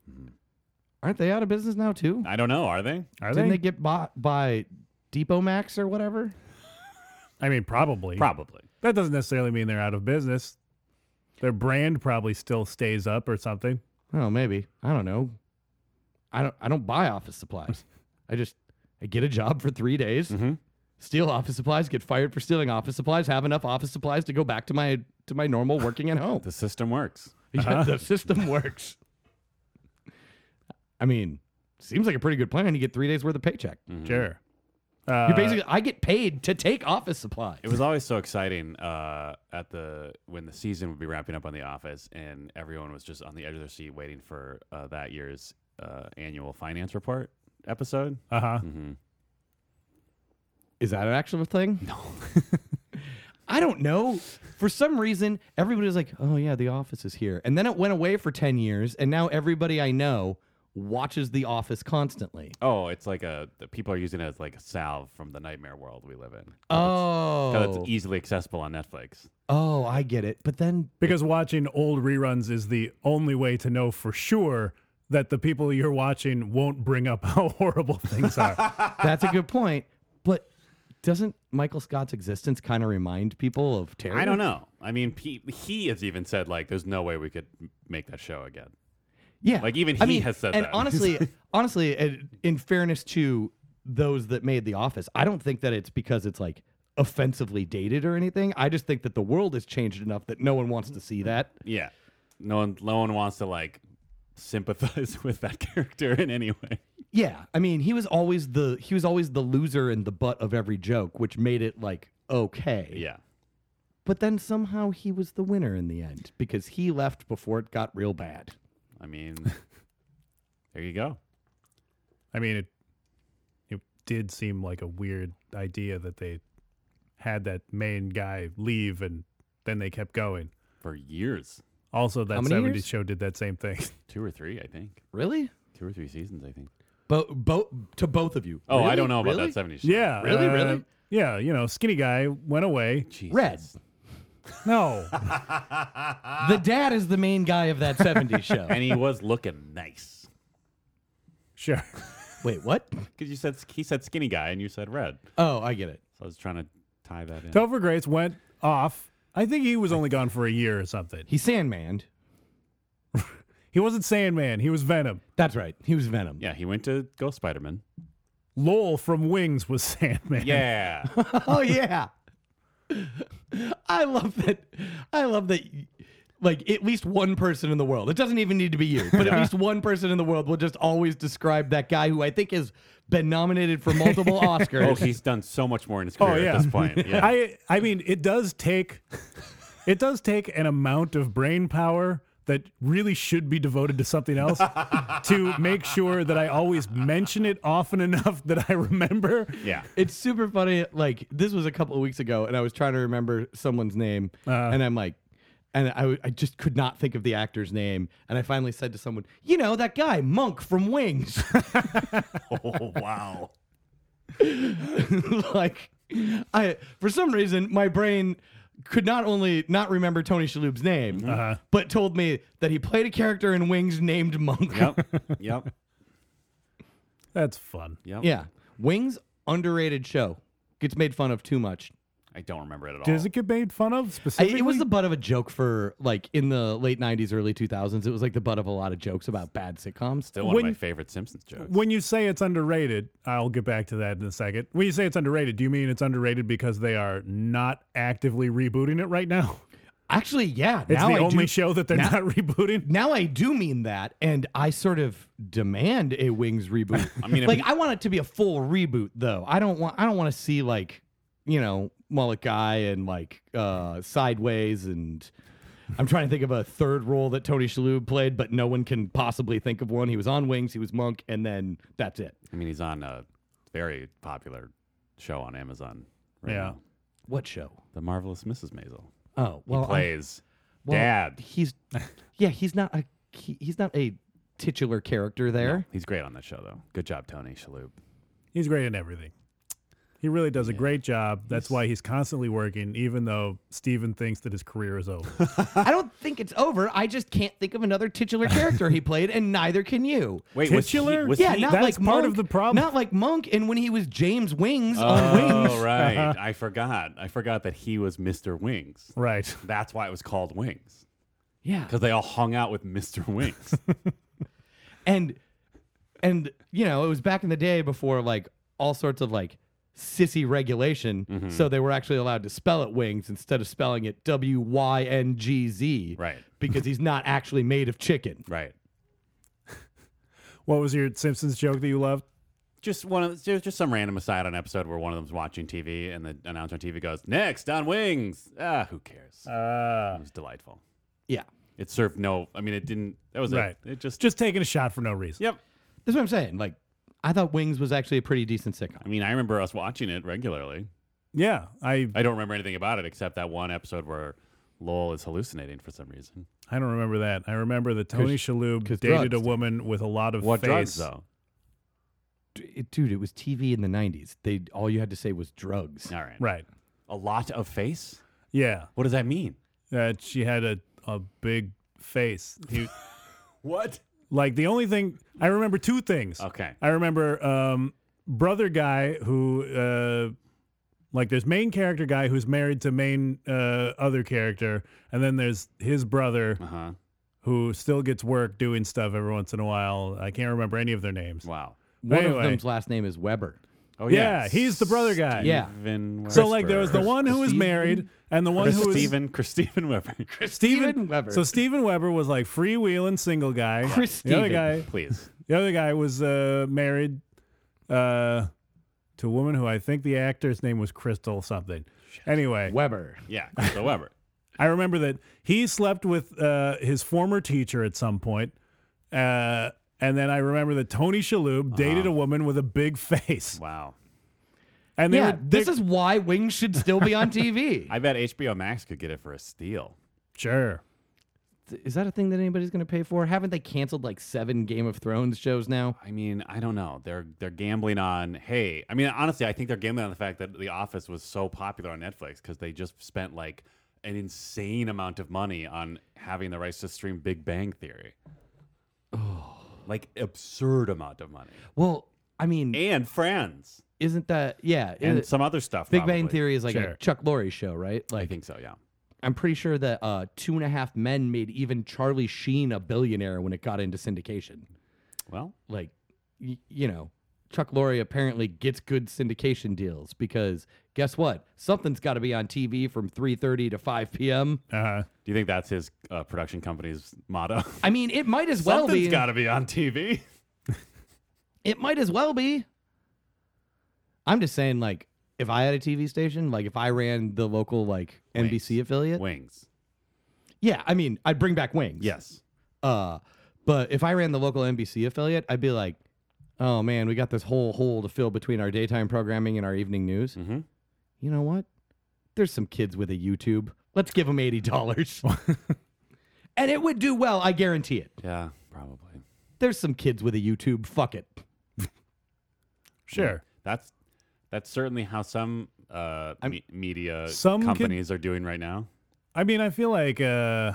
S3: Aren't they out of business now too?
S2: I don't know, are they?
S1: Are
S3: Didn't
S1: they?
S3: they get bought by Depot Max or whatever?
S1: I mean, probably.
S2: Probably.
S1: That doesn't necessarily mean they're out of business. Their brand probably still stays up or something.
S3: Oh, maybe. I don't know. I don't I don't buy office [laughs] supplies. I just I get a job for 3 days,
S2: Mhm.
S3: steal office supplies, get fired for stealing office supplies, have enough office supplies to go back to my to my normal working at home.
S2: The system works.
S3: [laughs] Yeah, the [laughs] system works. I mean, seems like a pretty good plan. You get 3 days worth of paycheck.
S1: Sure. Uh,
S3: you basically I get paid to take office supplies.
S2: It was always so exciting uh, at the when the season would be wrapping up on The Office, and everyone was just on the edge of their seat waiting for uh, that year's uh, annual finance report episode.
S1: uh huh.
S2: Mm-hmm.
S3: Is that an actual thing? No. [laughs] I don't know. For some reason, everybody was like, oh, yeah, The Office is here. And then it went away for 10 years. And now everybody I know watches The Office constantly.
S2: Oh, it's like a the people are using it as like a salve from the nightmare world we live in. 'Cause
S3: Oh.
S2: it's easily accessible on Netflix.
S3: Oh, I get it. But then,
S1: Because watching old reruns is the only way to know for sure that the people you're watching won't bring up [laughs] how horrible things
S3: [laughs]
S1: are.
S3: that's a
S2: [laughs]
S3: good point. But doesn't Michael Scott's existence kind of remind people of terror?
S2: I don't know. I mean, he, he has even said like, "There's no way we could m- make that show again."
S3: Yeah,
S2: Like, even
S3: I
S2: he
S3: mean,
S2: has said
S3: and
S2: that.
S3: honestly,
S2: [laughs]
S3: honestly, and in fairness to those that made The Office, I don't think that it's because it's like offensively dated or anything. I just think that the world has changed enough that no one wants to see that.
S2: Yeah, no one, no one wants to like sympathize [laughs] with that character in any way.
S3: Yeah, I mean, he was always the he was always the loser and the butt of every joke, which made it like okay.
S2: Yeah,
S3: But then somehow he was the winner in the end because he left before it got real bad.
S2: I mean, there you go.
S1: I mean, it it did seem like a weird idea that they had that main guy leave and then they kept going.
S2: For years,
S1: Also, that
S3: many
S1: 70s
S3: years?
S1: show did that same thing.
S2: two or three, I think,
S3: Really?
S2: two or three seasons, I think.
S3: Bo- bo- to both of you.
S2: Oh, I
S3: Really?
S2: don't know about
S3: [laughs] Really?
S2: that '70s. show.
S1: yeah.
S3: Really?
S1: uh,
S3: Really?
S1: Yeah. You know, skinny guy went away.
S2: Jesus.
S3: Red. [laughs]
S1: No. [laughs]
S3: The dad is the main guy of that [laughs] 70s show.
S2: and he was looking nice
S1: sure.
S3: Wait, what?
S2: because you said he said skinny guy and you said red.
S3: Oh, I get it.
S2: So I was trying to tie that in.
S1: Topher Grace went off. I think he was only gone for a year or something.
S3: He sandmaned.
S1: He wasn't Sandman. He was Venom.
S3: That's right. He was Venom.
S2: Yeah, he went to go Spider Man.
S1: Lowell from Wings was [laughs] Sandman.
S2: Yeah.
S3: [laughs]
S2: [laughs]
S3: Oh yeah. I love that. I love that. Like at least one person in the world. It doesn't even need to be you,
S2: [laughs]
S3: but at least one person in the world will just always describe that guy who I think has been nominated for
S2: [laughs]
S3: multiple Oscars.
S2: oh, he's done so much more in his
S1: Oh
S2: career
S1: yeah.
S2: at this point.
S1: [laughs]
S2: Yeah.
S1: I I mean, it does take it does take an amount of brain power that really should be devoted to something else
S2: [laughs]
S1: to make sure that I always mention it often enough that I remember.
S2: yeah. [laughs]
S3: It's super funny. Like this was a couple of weeks ago, and I was trying to remember someone's name,
S2: Uh-huh.
S3: and I'm like, and I, w- I just could not think of the actor's name, and I finally said to someone, you know, that guy Monk from Wings.
S2: Oh wow.
S3: [laughs] like I for some reason my brain could not only not remember Tony Shalhoub's name, but told me that he played a character in Wings named Monk.
S2: Yep. Yep.
S1: That's fun.
S2: Yep.
S3: [laughs] yeah, Wings underrated show gets made fun of too much.
S2: I don't remember it at all.
S1: Does it get made fun of
S3: I,
S1: specifically?
S3: it was the butt of a joke for like in the late '90s, early 2000s. It was like the butt of a lot of jokes about bad sitcoms.
S2: Still one
S1: when-
S2: of my favorite Simpsons jokes.
S1: when you say it's underrated, I'll get back to that in a second. When you say it's underrated, do you mean it's underrated because they are not actively rebooting it right now? [laughs]
S3: Actually, yeah.
S1: It's
S3: now
S1: the
S3: I
S1: only
S3: do,
S1: show that they're
S3: now-
S1: not [laughs] rebooting.
S3: now I do mean that, and I sort of demand a Wings reboot.
S2: [laughs]
S3: I
S2: mean, if-
S3: like I want it to be a full reboot, though. I don't want I don't want to see like you know Mullet Guy and like uh, Sideways, and I'm trying to think of a third role that Tony Shalhoub played, but no one can possibly think of one. He was on Wings, he was Monk, and then that's it.
S2: I mean, he's on a very popular show on Amazon right
S1: Yeah.
S2: now.
S3: What show?
S2: The Marvelous Mrs. Maisel.
S3: Oh
S2: He
S3: well, I-
S2: plays
S3: well,
S2: Dad.
S3: He's yeah, he's not a he, he's not a titular character there.
S2: He's great on that show though. Good job, Tony Shalhoub.
S1: He's great in everything. He really does a great job. That's why he's constantly working, even though Steven thinks that his career is over.
S3: [laughs] I don't think it's over. I just can't think of another
S1: [laughs]
S3: titular character he played, and neither can you.
S2: Wait,
S1: Titular?
S2: was he?
S3: yeah,
S2: Was he
S3: not
S1: that's
S3: like
S1: part
S3: Monk,
S1: of the problem. Uh,
S3: Not like Monk, and when he was James Wings on
S2: oh,
S3: Wings.
S2: right. I forgot. I forgot that he was Mr. Wings.
S1: right.
S2: That's why it was called Wings.
S3: Yeah,
S2: Because they all hung out with Mr. Wings.
S3: and and you know it was back in the day before like all sorts of like sissy regulation,
S1: Mm-hmm.
S3: so they were actually allowed to spell it Wings instead of spelling it W Y N G Z.
S2: Right.
S3: because he's not actually made of chicken.
S2: right.
S1: What was your Simpsons joke that you loved?
S2: Just one of there's just some random aside on an episode where one of them's watching TV and the announcer on TV goes, Next on Wings. Ah, who cares?
S1: Uh,
S2: it was delightful.
S3: Yeah,
S2: It served no I mean it didn't that was
S1: Right.
S2: it. It just
S1: just taking a shot for no reason.
S2: Yep.
S3: that's what I'm saying. Like, I thought Wings was actually a pretty decent sitcom.
S2: I mean, I remember us watching it regularly.
S1: Yeah, I
S2: I don't remember anything about it except that one episode where Lowell is hallucinating for some reason.
S1: I don't remember that. I remember that Tony Shalhoub
S3: 'cause
S1: dated
S3: drugs.
S1: a woman with a lot of
S2: What
S1: face.
S2: drugs though?
S3: D- it- dude, it was TV in the '90s. They all you had to say was drugs.
S2: All right.
S1: Right.
S2: A lot of face?
S1: Yeah,
S2: What does that mean?
S1: that she had a a big face. He,
S2: What?
S1: like the only thing I remember two things.
S2: Okay.
S1: I remember um, brother guy who uh, like there's main character guy who's married to main uh, other character, and then there's his brother
S2: Uh huh.
S1: who still gets work doing stuff every once in a while. I can't remember any of their names.
S2: Wow.
S3: One
S1: Anyway.
S3: of them's last name is Weber.
S2: Oh
S1: Yeah, he's the brother guy.
S3: Yeah.
S2: Steven
S1: So like there was the
S2: Weber.
S1: one who was
S3: Steven?
S1: married and the one who was
S2: Steven, Chris
S1: [laughs]
S2: Steven Weber. Chris,
S3: Steven Weber.
S1: So Steven Weber was like freewheeling single guy.
S3: Chris
S1: the other
S3: Steven.
S1: guy,
S2: please.
S1: the other guy was uh, married uh, to a woman who I think the actor's name was Crystal something. Anyway,
S3: Weber.
S2: Yeah, so Weber.
S1: I remember that he slept with uh, his former teacher at some point. Uh, and then I remember that Tony Shalhoub dated a woman with a big [laughs] face.
S2: Wow.
S1: And they
S3: Yeah,
S1: were, they-
S3: this is why Wings should still be on TV.
S2: I bet HBO Max could get it for a steal.
S1: sure.
S3: is that a thing that anybody's going to pay for? Haven't they canceled like seven Game of Thrones shows now?
S2: I mean, I don't know. They're they're gambling on. Hey, I mean, honestly, I think they're gambling on the fact that The Office was so popular on Netflix because they just spent like an insane amount of money on having the rights to stream Big Bang
S3: [sighs]
S2: Theory. Like absurd amount of money.
S3: Well, I mean,
S2: And Friends.
S3: isn't that yeah?
S2: And
S3: it-
S2: some other stuff.
S3: Big Bang
S2: probably.
S3: Theory is like
S1: Sure.
S3: a Chuck Lorre show, right?
S2: I
S3: Like,
S2: think so, yeah.
S3: I'm pretty sure that uh, Two and a Half Men made even Charlie Sheen a billionaire when it got into syndication.
S2: Well,
S3: Like, y- you know, Chuck Lorre apparently gets good syndication deals because guess what? Something's got to be on TV from 3:30 to 5 p.m.
S1: Uh-huh.
S2: do you think that's his uh, production company's motto?
S3: I mean, it might as
S2: [laughs]
S3: well
S2: Something's
S3: be.
S2: got to be on TV.
S3: it might as well be. I'm just saying, like, if I had a TV station, like if I ran the local like NBC affiliate,
S2: Wings.
S3: yeah, I mean, I'd bring back wings.
S2: Yes.
S3: Uh, but if I ran the local NBC affiliate, I'd be like, oh man, we got this whole hole to fill between our daytime programming and our evening news.
S2: Mhm.
S3: You know what? There's some kids with a YouTube. Let's give
S2: [laughs]
S3: them $80. and it would do well, I guarantee it.
S2: Yeah, probably.
S3: There's some kids with a YouTube. Fuck it.
S1: Sure.
S2: That's that's certainly how some uh, me- media
S1: Some can-
S2: companies are doing right now.
S1: I mean, I feel like uh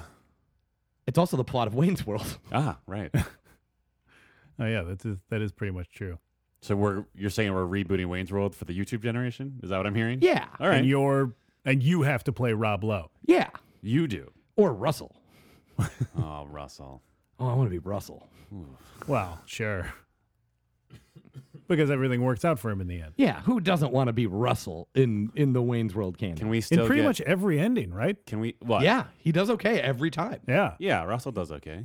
S3: It's also the plot of Wayne's World. [laughs]
S2: Ah, right.
S1: oh yeah, that is that is pretty much true.
S2: so we're you're saying we're rebooting Wayne's World for the YouTube generation? Is that what I'm hearing?
S3: yeah.
S2: All right.
S1: And
S2: You,
S1: you're and you have to play Rob Lowe.
S3: Yeah.
S2: do.
S3: Or Russell.
S2: Oh, Russell.
S3: Oh, I want to be Russell.
S1: Well, sure. [laughs] because everything works out for him in the end.
S3: Yeah, who doesn't want to be Russell in in the Wayne's World canon?
S2: Can we still
S1: In pretty
S2: get-
S1: much every ending, right?
S2: Can we? What?
S3: yeah, he does okay every time.
S1: Yeah.
S2: Yeah. Russell does okay.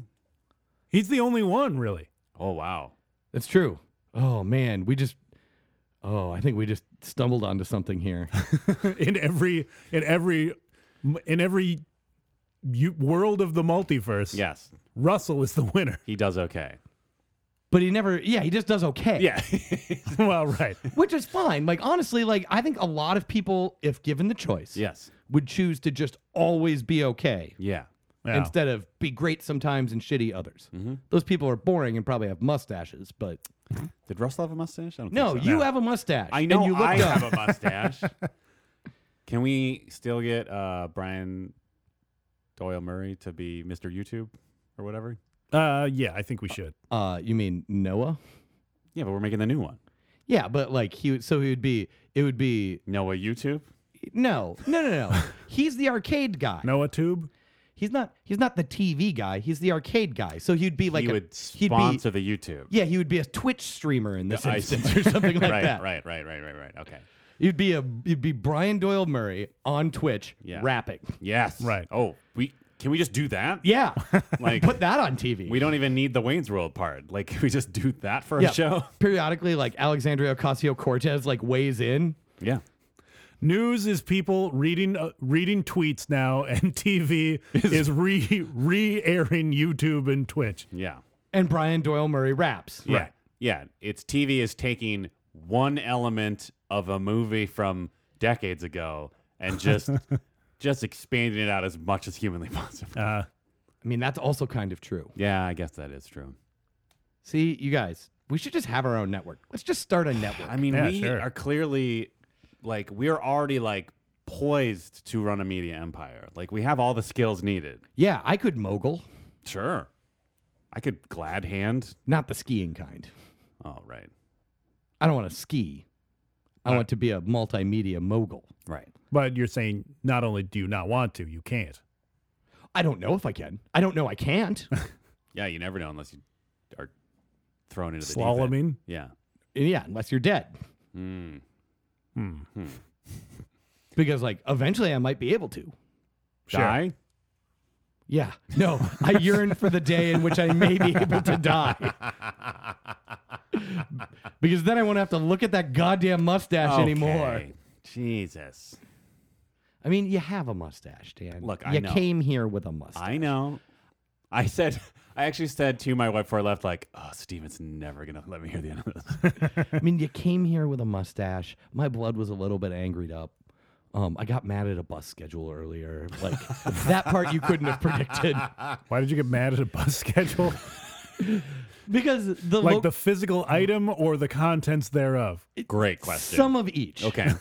S1: He's the only one, really. [laughs]
S2: Oh wow.
S3: That's true. Oh man, we just Oh, I think we just stumbled onto
S2: [laughs]
S3: something here.
S1: in every in every in every u- world of the multiverse.
S2: Yes,
S1: Russell is the winner.
S2: he does okay.
S3: but he never yeah, he just does okay.
S2: Yeah.
S1: [laughs] well, [laughs] right.
S3: Which is fine. Like honestly, like I think a lot of people if given the choice
S2: yes.
S3: would choose to just always be okay
S2: Yeah. Mm-hmm.
S1: Yeah.
S3: instead of be great sometimes and shitty others. Those people are boring and probably have mustaches, but
S2: Did Russell have a mustache? I don't
S3: no,
S2: think so.
S3: you have a mustache.
S2: I know
S3: and you look
S2: I
S3: dumb.
S2: have a
S3: [laughs]
S2: mustache. Can we still get uh, Brian Doyle Murray to be Mr. YouTube or whatever?
S1: Uh, yeah, I think we should.
S3: Uh, you mean Noah?
S2: Yeah, but we're making the new one.
S3: Yeah, but like he would- so he would be it would be
S2: Noah YouTube.
S3: no no no
S2: [laughs]
S3: no he's the arcade guy
S1: Noah Tube.
S3: he's not he's not the TV guy he's the arcade guy so he'd be like
S2: he
S3: a,
S2: would
S3: he'd be
S2: sponsor the YouTube.
S3: yeah he would be a Twitch streamer in this
S2: I
S3: instance
S2: see.
S3: [laughs] or something
S2: [laughs]
S3: like
S2: right,
S3: that
S2: right, right, right, right, right. Okay.
S3: you'd be a you'd be Brian Doyle Murray on Twitch
S2: Yeah.
S3: rapping
S2: Yes.
S1: Right.
S2: Oh, we can we just do that?
S3: yeah
S2: [laughs] Like
S3: put that on TV
S2: we don't even need the Wayne's World part. Like can we just do that for
S3: Yeah.
S2: a show.
S3: periodically like Alexandria Ocasio Cortez like weighs in
S2: Yeah.
S1: News is people reading uh, reading tweets now, [laughs] and TV is re re airing YouTube and Twitch.
S2: Yeah.
S3: and Brian Doyle Murray raps
S2: Yeah.
S1: Right.
S2: Yeah. It's TV is taking one element of a movie from decades ago
S1: [laughs]
S2: and just just expanding it out as much as humanly [laughs] possible.
S1: Uh,
S3: I mean that's also kind of true
S2: yeah, I guess that is true.
S3: see you guys we should just have our own network let's just
S2: [sighs]
S3: start a network
S2: I mean,
S1: Yeah,
S2: we
S1: sure.
S2: are clearly like we are already like poised to run a media empire. Like we have all the skills needed.
S3: yeah I could mogul
S2: Sure. I could glad hand.
S3: not the skiing kind.
S2: Oh, right.
S3: I don't want to ski. I want to be a multimedia mogul.
S2: Right.
S1: but you're saying not only do you not want to, you can't.
S3: I don't know if I can. I don't know
S2: [laughs]
S3: I can't. and
S2: Yeah, you never know unless you are thrown into the deep end.
S1: Slaloming.
S2: Yeah.
S3: yeah, unless you're dead.
S2: Hmm.
S3: Because like eventually I might be able to.
S1: Sure.
S2: Die?
S3: Yeah. No, I yearn for the day in which I may be able
S2: [laughs]
S3: to die. because then I won't have to look at that goddamn mustache anymore.
S2: Okay. Jesus.
S3: I mean, you have a mustache, Dan.
S2: Look,
S3: you
S2: I know.
S3: came here with a mustache.
S2: I know. I said, I actually said to my wife before I left, like, oh, Steven's never going to let me hear the end of this.
S3: I mean, you came here with a mustache. My blood was a little bit angried up. Um, I got mad at a bus schedule earlier.
S2: [laughs]
S3: Like that part you couldn't have predicted
S1: Why did you get mad at a bus [laughs] schedule?
S3: because the,
S1: like
S3: lo- Hmm.
S1: the physical item or the contents thereof?
S3: [laughs]
S2: Great question.
S3: some of each.
S2: okay.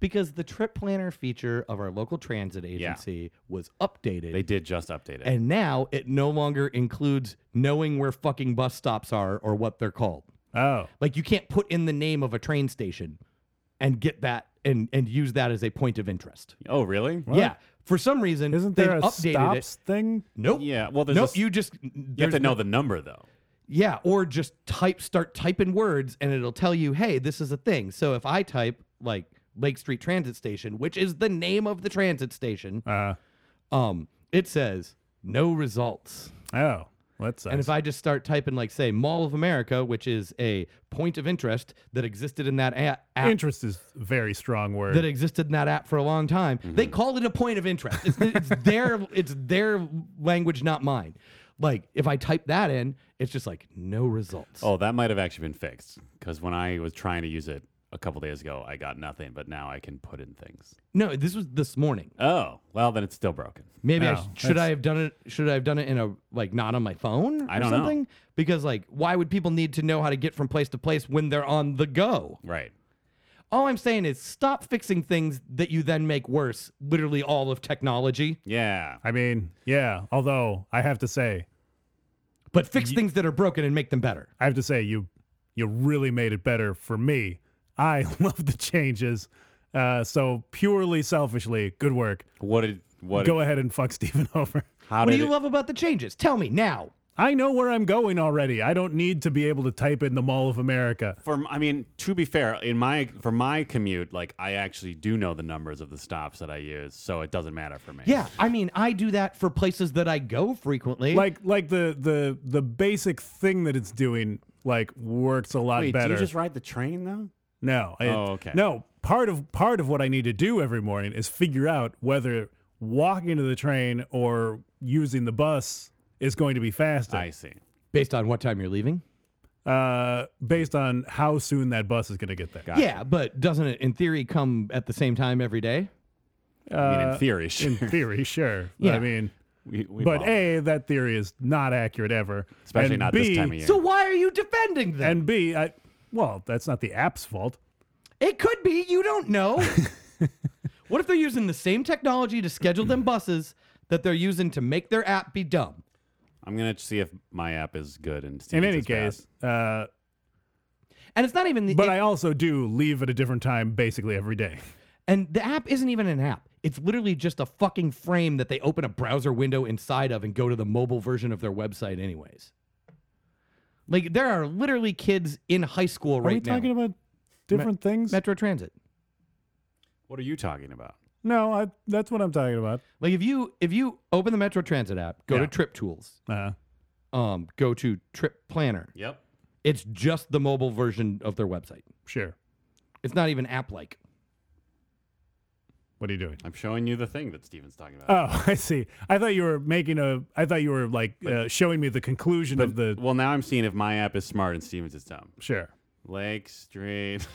S3: because the trip planner feature of our local transit agency was updated.
S2: They did just update it.
S3: and now it no longer includes knowing where fucking bus stops are or what they're called.
S1: Oh,
S3: Like you can't put in the name of a train station and get that and and use that as a point of interest.
S2: oh, really?
S3: Yeah. For some reason,
S1: isn't
S3: they've
S1: there a
S3: updated
S1: stops
S3: it.
S1: thing?
S3: Nope.
S2: Yeah. Well, there's a
S3: Nope.
S2: s-
S3: you just
S2: You have to know the number though.
S3: Yeah, or just type start typing words and it'll tell you, "Hey, this is a thing." So if I type like Lake Street Transit Station, which is the name of the transit station,
S1: Uh,
S3: um it says no results.
S1: oh, that's
S3: And if I just start typing like say Mall of America, which is a point of interest that existed in that a- app
S1: interest is a very strong word.
S3: that existed in that app for a long time.
S2: Mm-hmm.
S3: They called it a point of interest. It's,
S2: [laughs]
S3: it's their it's their language, not mine. Like if I type that in, it's just like no results.
S2: Oh, that might have actually been fixed because when I was trying to use it a couple days ago, I got nothing. But now I can put in things.
S3: No, this was this morning.
S2: Oh, well, then it's still broken.
S3: Maybe I
S1: No,
S2: Oh,
S3: sh- should I have done it? Should I have done it in a like not on my phone?
S2: I
S3: or
S2: don't know.
S3: something? Because like, why would people need to know how to get from place to place when they're on the go?
S2: Right.
S3: All I'm saying is stop fixing things that you then make worse. Literally all of technology,
S2: Yeah.
S1: I mean, yeah. Although I have to say,
S3: but fix things that are broken and make them better.
S1: I have to say, you you really made it better for me. I [laughs] love the changes. Uh, so purely selfishly, good work.
S2: What did what?
S1: Go ahead and fuck [laughs] Steven over.
S2: how
S3: What
S2: did
S3: do you
S2: it-
S3: love about the changes? Tell me now.
S1: I know where I'm going already. I don't need to be able to type in the Mall of America.
S2: for m- I mean, to be fair, in my for my commute, like I actually do know the numbers of the stops that I use, so it doesn't matter for me.
S3: Yeah, I mean, I do that for places that I go
S1: [laughs]
S3: frequently.
S1: Like like the the the basic thing that it's doing like works a lot
S2: Wait,
S1: better.
S2: do you just ride the train though?
S1: No. I,
S2: Oh, okay.
S1: No, part of part of what I need to do every morning is figure out whether walking to the train or using the bus is going to be faster,
S2: I see.
S3: based on what time you're leaving.
S1: uh, based on how soon that bus is going to get there.
S2: Gotcha.
S3: Yeah, but doesn't it in theory come at the same time every day?
S2: I mean,
S1: Uh,
S2: in theory,
S1: [laughs]
S2: sure. [laughs]
S1: In theory, sure.
S3: Yeah.
S1: I mean,
S2: We- we
S1: but
S2: follow.
S1: a that theory is not accurate ever,
S2: especially
S1: And
S2: not
S1: B,
S2: this time of year.
S3: So why are you defending them?
S1: And b, I, well, that's not the app's fault.
S3: It could be. You don't know.
S1: [laughs]
S3: what if they're using the same technology to schedule them buses that they're using to make their app be dumb?
S2: I'm gonna see if my app is good and see
S1: In
S2: if
S1: any
S2: it's bad.
S1: case, uh,
S3: And it's not even the
S1: but I also do leave at a different time basically every day.
S3: and the app isn't even an app. It's literally just a fucking frame that they open a browser window inside of and go to the mobile version of their website anyways. Like there are literally kids in high school
S1: Are we
S3: right now.
S1: talking about different things?
S3: Metro Transit.
S2: what are you talking about?
S1: No, I, that's what I'm talking about.
S3: Like if you if you open the Metro Transit app, go
S1: Yeah.
S3: to Trip Tools,
S1: Uh,
S3: um, go to Trip Planner.
S2: Yep.
S3: It's just the mobile version of their website.
S1: sure.
S3: It's not even app like.
S1: What are you doing?
S2: I'm showing you the thing that Steven's talking about.
S1: Oh, [laughs] I see. I thought you were making a. I thought you were like uh, showing me the conclusion of the.
S2: well, now I'm seeing if my app is smart and Steven's is dumb.
S1: Sure.
S2: Lake Street.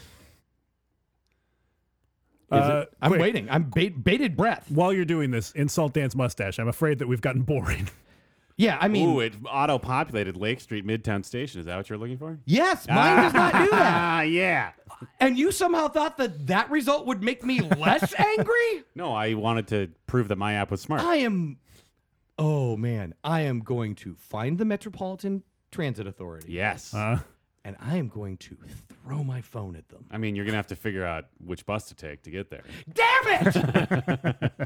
S1: Uh,
S3: I'm
S1: quick,
S3: waiting. I'm bait- bated breath.
S1: While you're doing this, insult dance mustache. I'm afraid that we've gotten [laughs] boring.
S3: Yeah, I mean,
S2: Ooh, it auto-populated Lake Street Midtown Station. Is that what you're looking for?
S3: yes, mine does not do
S1: [laughs]
S3: that.
S2: Ah, yeah.
S3: And you somehow thought that that result would make me [laughs] less angry?
S2: No, I wanted to prove that my app was smart.
S3: I am. Oh man, I am going to find the Metropolitan Transit Authority,
S2: yes.
S1: Uh,
S3: and I am going to throw my phone at them.
S2: I mean, you're gonna have to figure out which bus to take to get there.
S3: [laughs]
S2: [laughs]
S3: Damn it! [laughs]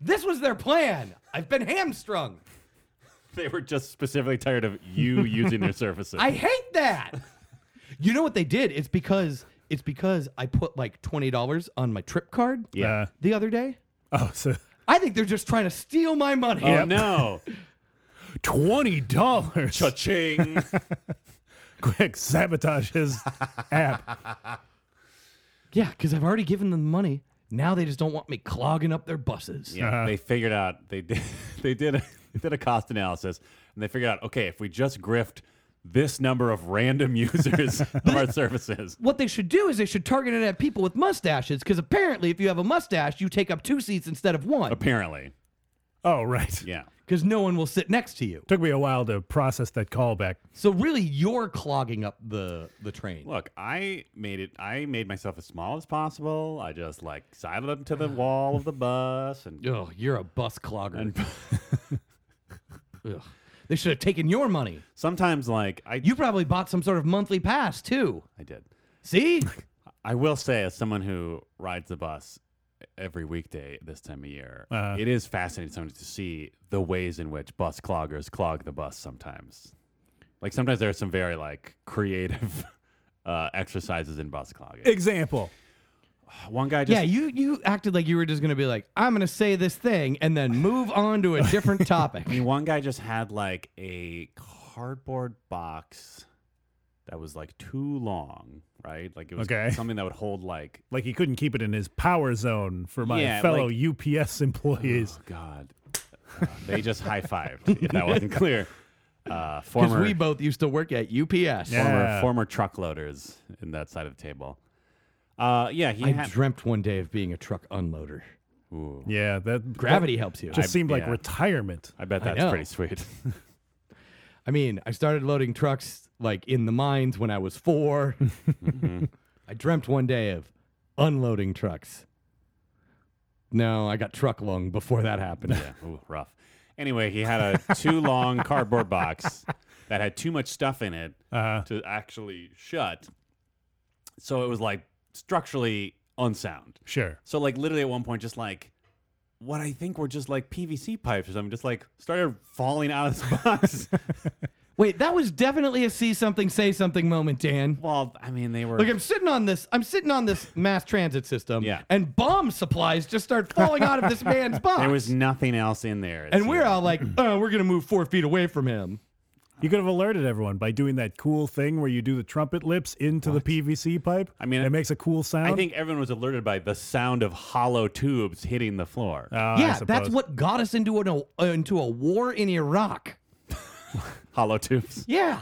S3: this was their plan. I've been hamstrung.
S2: They were just specifically tired of you using their services.
S3: I hate that. You know what they did? It's because it's because I put like twenty dollars on my trip card
S2: yeah.
S1: uh,
S3: the other day.
S1: oh, so
S3: I think they're just trying to steal my money.
S2: oh no.
S1: twenty dollars.
S2: Cha-ching.
S1: [laughs] Quick, sabotage [laughs] his app.
S3: Yeah, because I've already given them money. Now they just don't want me clogging up their
S2: [laughs]
S3: buses.
S2: Yeah, they figured out they did [laughs] they did a, they did a cost analysis and they figured out okay if we just grift this number of random [laughs] users of our services.
S3: What they should do is they should target it at people with mustaches, because apparently, if you have a mustache, you take up two seats instead of one.
S2: Apparently,
S1: Oh, right.
S2: yeah.
S3: because no one will sit next to you.
S1: Took me a while to process that callback.
S3: So really, you're clogging up the the train.
S2: Look, I made it. I made myself as small as possible. I just like sidled up to the wall of the bus and
S3: Ugh, you're a bus clogger.
S2: And-
S3: [laughs] Ugh. They should have taken your money.
S2: sometimes like I
S3: You probably bought some sort of monthly pass too.
S2: I did.
S3: [laughs] See,
S2: I will say, as someone who rides the bus every weekday this time of year,
S1: Uh-huh.
S2: it is fascinating sometimes to see the ways in which bus cloggers clog the bus sometimes. Like sometimes there are some very like creative [laughs] uh, exercises in bus clogging.
S1: Example.
S2: One guy just
S3: yeah, you you acted like you were just gonna be like, I'm gonna say this thing and then move on to a [laughs] different topic.
S2: I mean, one guy just had like a cardboard box that was like too long, right? Like it was
S1: Okay.
S2: something that would hold like
S1: Like he couldn't keep it in his power zone for my
S2: Yeah,
S1: fellow
S2: [sighs]
S1: UPS employees.
S2: oh god. Uh, they just high fived. If that wasn't clear, uh,
S3: Because
S2: former
S3: we both used to work at UPS.
S1: Yeah.
S2: former former truckloaders in that side of the table. Uh, yeah, he
S3: I
S2: had.
S3: dreamt one day of being a truck unloader.
S2: Ooh,
S1: Yeah, that
S3: Gravity helps you.
S1: that just
S2: I-
S1: seemed like
S2: yeah.
S1: retirement.
S2: I bet
S3: I
S2: that's
S3: know.
S2: pretty sweet. [laughs]
S3: I mean, I started loading trucks like in the mines when I
S2: [laughs]
S3: was 4 I dreamt one day of unloading trucks. No, I got truck lung before that [laughs] happened.
S2: yeah, ooh, rough. Anyway, he had a too long cardboard box that had too much stuff in it
S3: Uh-huh.
S1: Uh,
S2: to actually shut. So it was like structurally unsound.
S1: sure.
S2: So like literally at one point, just like what I think were just like PVC pipes or something, just like started falling out of this [laughs] box.
S3: Wait, that was definitely a see something, say something moment, Dan.
S2: well, I mean, they were.
S3: Look, I'm sitting on this. I'm sitting on this
S2: [laughs]
S3: mass transit system,
S2: Yeah.
S3: and bomb supplies just start falling out of
S2: [laughs]
S3: this man's box.
S2: there was nothing else in there.
S3: and we're
S2: So- [clears throat]
S3: all like, "Oh, we're gonna move four feet away from him."
S1: You could have alerted everyone by doing that cool thing where you do the trumpet lips into the PVC pipe.
S2: I mean,
S1: it makes a cool sound.
S2: I think everyone was alerted by the sound of hollow tubes hitting the floor.
S1: Uh, I
S3: yeah, that's
S1: suppose.
S3: what got us into an, uh, into a war in Iraq.
S2: hollow tubes.
S3: Yeah.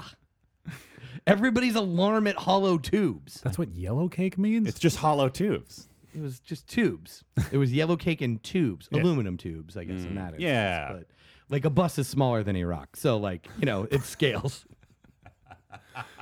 S3: [laughs] Everybody's alarm at hollow tubes.
S1: That's what yellow cake means.
S2: It's just hollow tubes.
S3: It was just tubes. It was yellow cake and tubes, aluminum tubes, I guess, in that instance.
S2: Mm, yeah.
S3: But like a bus is smaller than Iraq. So, like, you know, it scales. [laughs]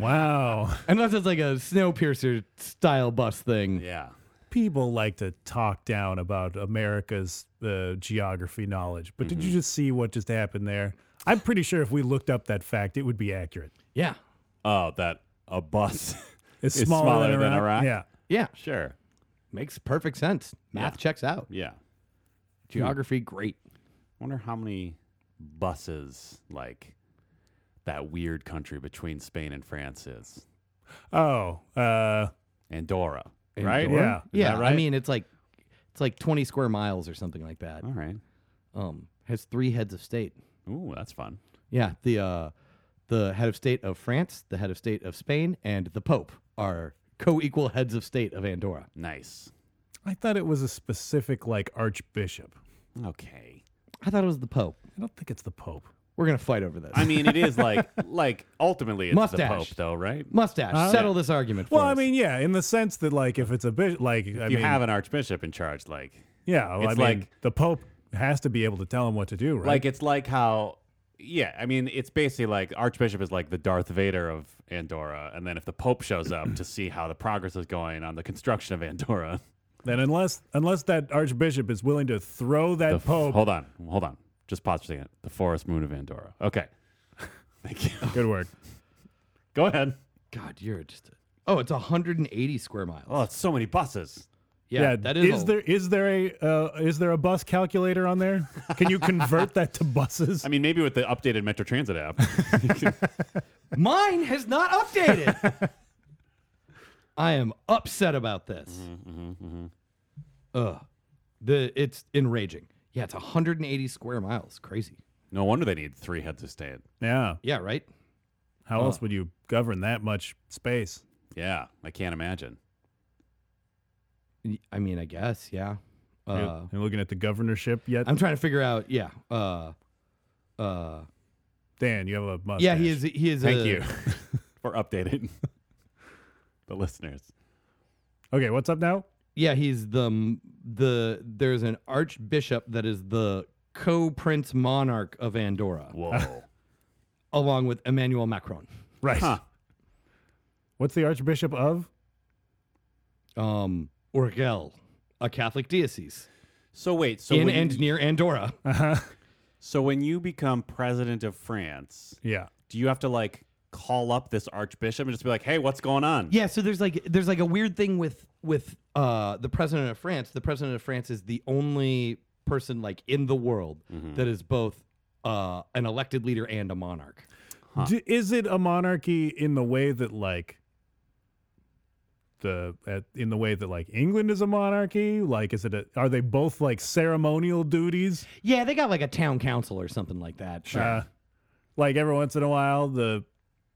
S1: wow.
S3: Unless it's like a snowpiercer style bus thing.
S2: Yeah.
S1: People like to talk down about America's uh, geography knowledge, but
S2: Mm-hmm.
S1: did you just see what just happened there? I'm pretty sure if we looked up that fact, it would be accurate.
S3: Yeah.
S2: Oh, that a bus [laughs]
S1: It's
S2: is
S1: smaller,
S2: than
S1: than
S2: Iraq.
S1: Yeah.
S3: Yeah.
S2: Sure.
S3: Makes perfect sense. Math
S2: Yeah. Hmm.
S3: checks out.
S2: Yeah.
S3: Geography, great.
S2: Wonder how many buses like that weird country between Spain and France is.
S1: Oh, uh,
S2: Andorra, right?
S1: Andorra? Yeah.
S2: Is
S3: yeah.
S2: that right?
S3: I mean, it's like it's like 20 square miles or something like that.
S2: all right.
S3: Um, has three heads of state.
S2: Ooh, that's fun.
S3: Yeah, the uh, the head of state of France, the head of state of Spain, and the Pope are co-equal heads of state of Andorra.
S2: Nice.
S1: I thought it was a specific like archbishop.
S2: Okay.
S3: I thought it was the Pope.
S1: I don't think it's the pope.
S3: We're gonna fight over this.
S2: I mean, it is [laughs] like like ultimately it's the
S3: Mustache.
S2: Pope, though, right?
S3: Mustache, settle this argument. For
S1: Uh, Well, I
S3: us.
S1: mean, yeah, in the sense that like if it's a bishop, like I
S2: you
S1: mean,
S2: have an archbishop in charge, like
S1: yeah, well, I mean,
S2: it's like-
S1: the pope has to be able to tell him what to do, right?
S2: like it's like how yeah, I mean, it's basically like archbishop is like the Darth Vader of Andorra, and then if the Pope shows up to see how the progress is going on the construction of Andorra,
S1: Then unless unless that archbishop is willing to throw that
S2: [laughs] the f-
S1: pope,
S2: hold on, hold on, just pause for a second. The forest moon of Andorra. Okay, [laughs] thank you.
S1: good work.
S2: Go ahead.
S3: God, you're just. Oh, it's 180 square miles.
S2: Oh, it's so many buses.
S3: [laughs] yeah, that is.
S1: is
S3: a-
S1: there is there a uh, is there a bus calculator on there? Can you convert that to
S3: [laughs]
S1: buses?
S2: I mean, maybe with the updated Metro Transit app.
S3: [laughs] Mine has not
S1: [laughs]
S3: updated. I am upset about this. Ugh, the it's enraging. Yeah, it's 180 square miles. Crazy.
S2: no wonder they need three heads of state.
S1: yeah.
S3: Yeah, right.
S1: How
S3: uh,
S1: else would you govern that much space?
S2: Yeah, I can't imagine.
S3: Y- I mean, I guess, yeah.
S1: Are you-
S3: Uh,
S1: are you looking at the governorship yet?
S3: I'm trying to figure out, yeah. Uh, uh,
S1: Dan, you have a mustache.
S3: yeah, he is. He is.
S2: Thank
S3: a- [laughs]
S2: you for updating the listeners.
S1: Okay, what's up now?
S3: Yeah, he's the m- the. There's an archbishop that is the co-prince monarch of Andorra,
S2: Whoa.
S3: along with Emmanuel Macron.
S1: Right.
S2: [laughs] huh.
S1: What's the Archbishop of?
S3: Um, Urgell, a Catholic diocese
S2: So wait. So
S3: in
S2: when
S3: and
S2: you-
S3: near Andorra.
S1: Uh huh.
S2: so when you become president of France,
S1: [laughs] Yeah.
S2: do you have to like call up this archbishop and just be like, "Hey, what's going on?"
S3: Yeah, so there's like there's like a weird thing with with uh the president of France. The president of France is the only person like in the world
S2: Mm-hmm.
S3: [laughs] that is both uh an elected leader and a monarch.
S1: D- is it a monarchy in the way that like the at, in the way that like England is a monarchy? Like, is it a, are they both like ceremonial duties?
S3: Yeah, they got like a town council or something like that.
S1: Uh, like every once in a while, the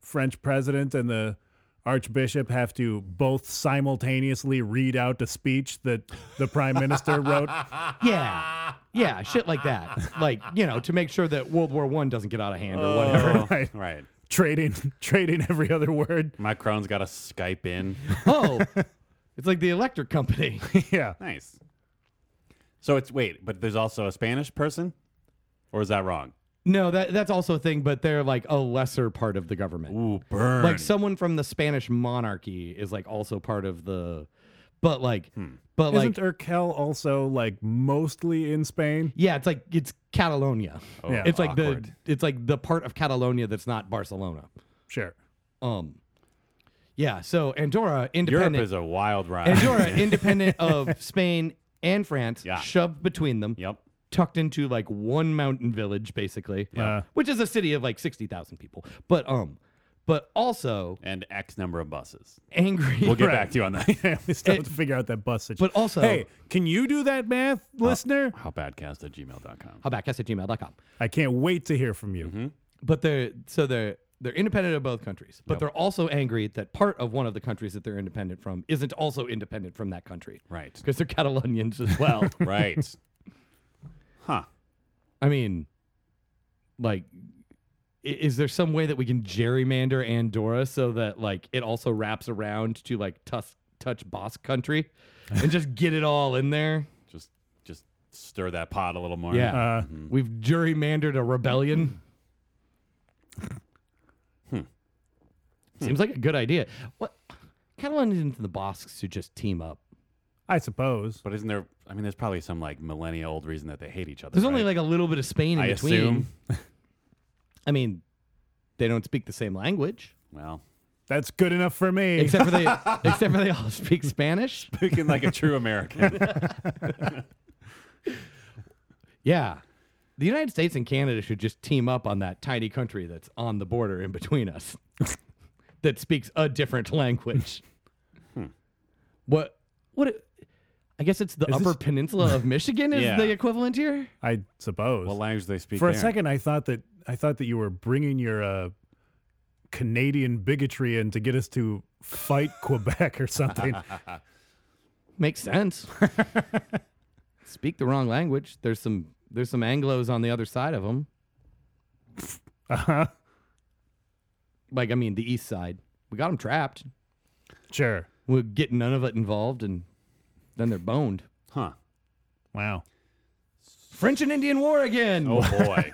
S1: French president and the archbishop have to both simultaneously read out a speech that the prime minister [laughs] wrote.
S3: Yeah. Yeah, shit like that. Like, you know, to make sure that World War One doesn't get out of hand or whatever. [laughs]
S2: Oh,
S1: Right.
S2: right.
S1: Trading, trading every other word.
S2: Macron's got a Skype
S3: [laughs]
S2: in.
S3: Oh. It's like the electric company. [laughs]
S1: yeah.
S2: nice. So it's wait, but there's also a Spanish person, or is that wrong?
S3: No, that that's also a thing, but they're like a lesser part of the government.
S2: Ooh, burn.
S3: like someone from the Spanish monarchy is like also part of the, but like, but like,
S1: Isn't Urkel also like mostly in Spain?
S3: yeah, it's like it's Catalonia.
S2: Oh,
S1: Yeah.
S3: It's like
S2: awkward.
S3: the it's like the part of Catalonia that's not Barcelona.
S1: Sure. [laughs]
S3: Um, yeah. So Andorra
S2: Europe
S3: independent,
S2: is a wild ride.
S3: Andorra independent of Spain and France,
S2: Yeah.
S3: shoved between them,
S2: [laughs] Yep.
S3: tucked into like one mountain village basically,
S1: Yeah.
S3: which is a city of like sixty thousand people. But um, but also
S2: And X number of
S3: [laughs]
S2: buses.
S3: angry.
S2: We'll get back to you on
S3: [laughs]
S2: that.
S1: Yeah, we still
S3: It-
S1: have to figure out that bus situation.
S3: Eh, but also, Uh,
S1: hey, can you do that math, listener?
S2: Howbadcast at gmail.com.
S3: how about cast at gmail.com.
S1: I can't wait to hear from you.
S3: But they're so they're they're independent of both countries, but they're also angry that part of one of the countries that they're independent from isn't also independent from that country
S2: Right.
S3: because they're
S2: [laughs]
S3: Catalonians as [laughs] well.
S2: Right. huh.
S3: I mean, like, i- is there some way that we can gerrymander Andorra so that like it also wraps around to like tus- touch Basque country and just get it all in there?
S2: Just just stir that pot a little more.
S3: Yeah.
S1: Uh,
S2: Mm-hmm.
S3: We've gerrymandered a rebellion.
S2: Hmm.
S3: Seems like a good idea. What? Catalonians and the Basques should just team up.
S1: I suppose.
S2: But isn't there I mean there's probably some like millennia old reason that they hate each other.
S3: There's only
S2: right?
S3: like a little bit of Spain in
S2: I
S3: between.
S2: assume.
S3: I mean, they don't speak the same language,
S2: Well, [laughs]
S1: That's good enough for me.
S3: except for they [laughs] except for they all speak Spanish.
S2: speaking like a true
S3: [laughs]
S2: American.
S3: Yeah. The United States and Canada should just team up on that tiny country that's on the border in between us [laughs] that speaks a different language. What what I guess it's the
S1: Is
S3: upper
S1: this-
S3: peninsula of Michigan is
S2: Yeah.
S3: the equivalent here?
S1: I suppose.
S2: what language do they speak
S1: for a
S2: there?
S1: second, I thought that I thought that you were bringing your uh, Canadian bigotry in to get us to fight [laughs] Quebec or something.
S3: Makes sense. Speak the wrong language. There's some there's some Anglos on the other side of them.
S1: Uh-huh.
S3: Like I mean the east side. We got them trapped.
S1: Sure.
S3: We'll get none of it involved and then they're boned. [laughs]
S2: Huh.
S1: Wow.
S3: French and Indian War again.
S2: Oh boy.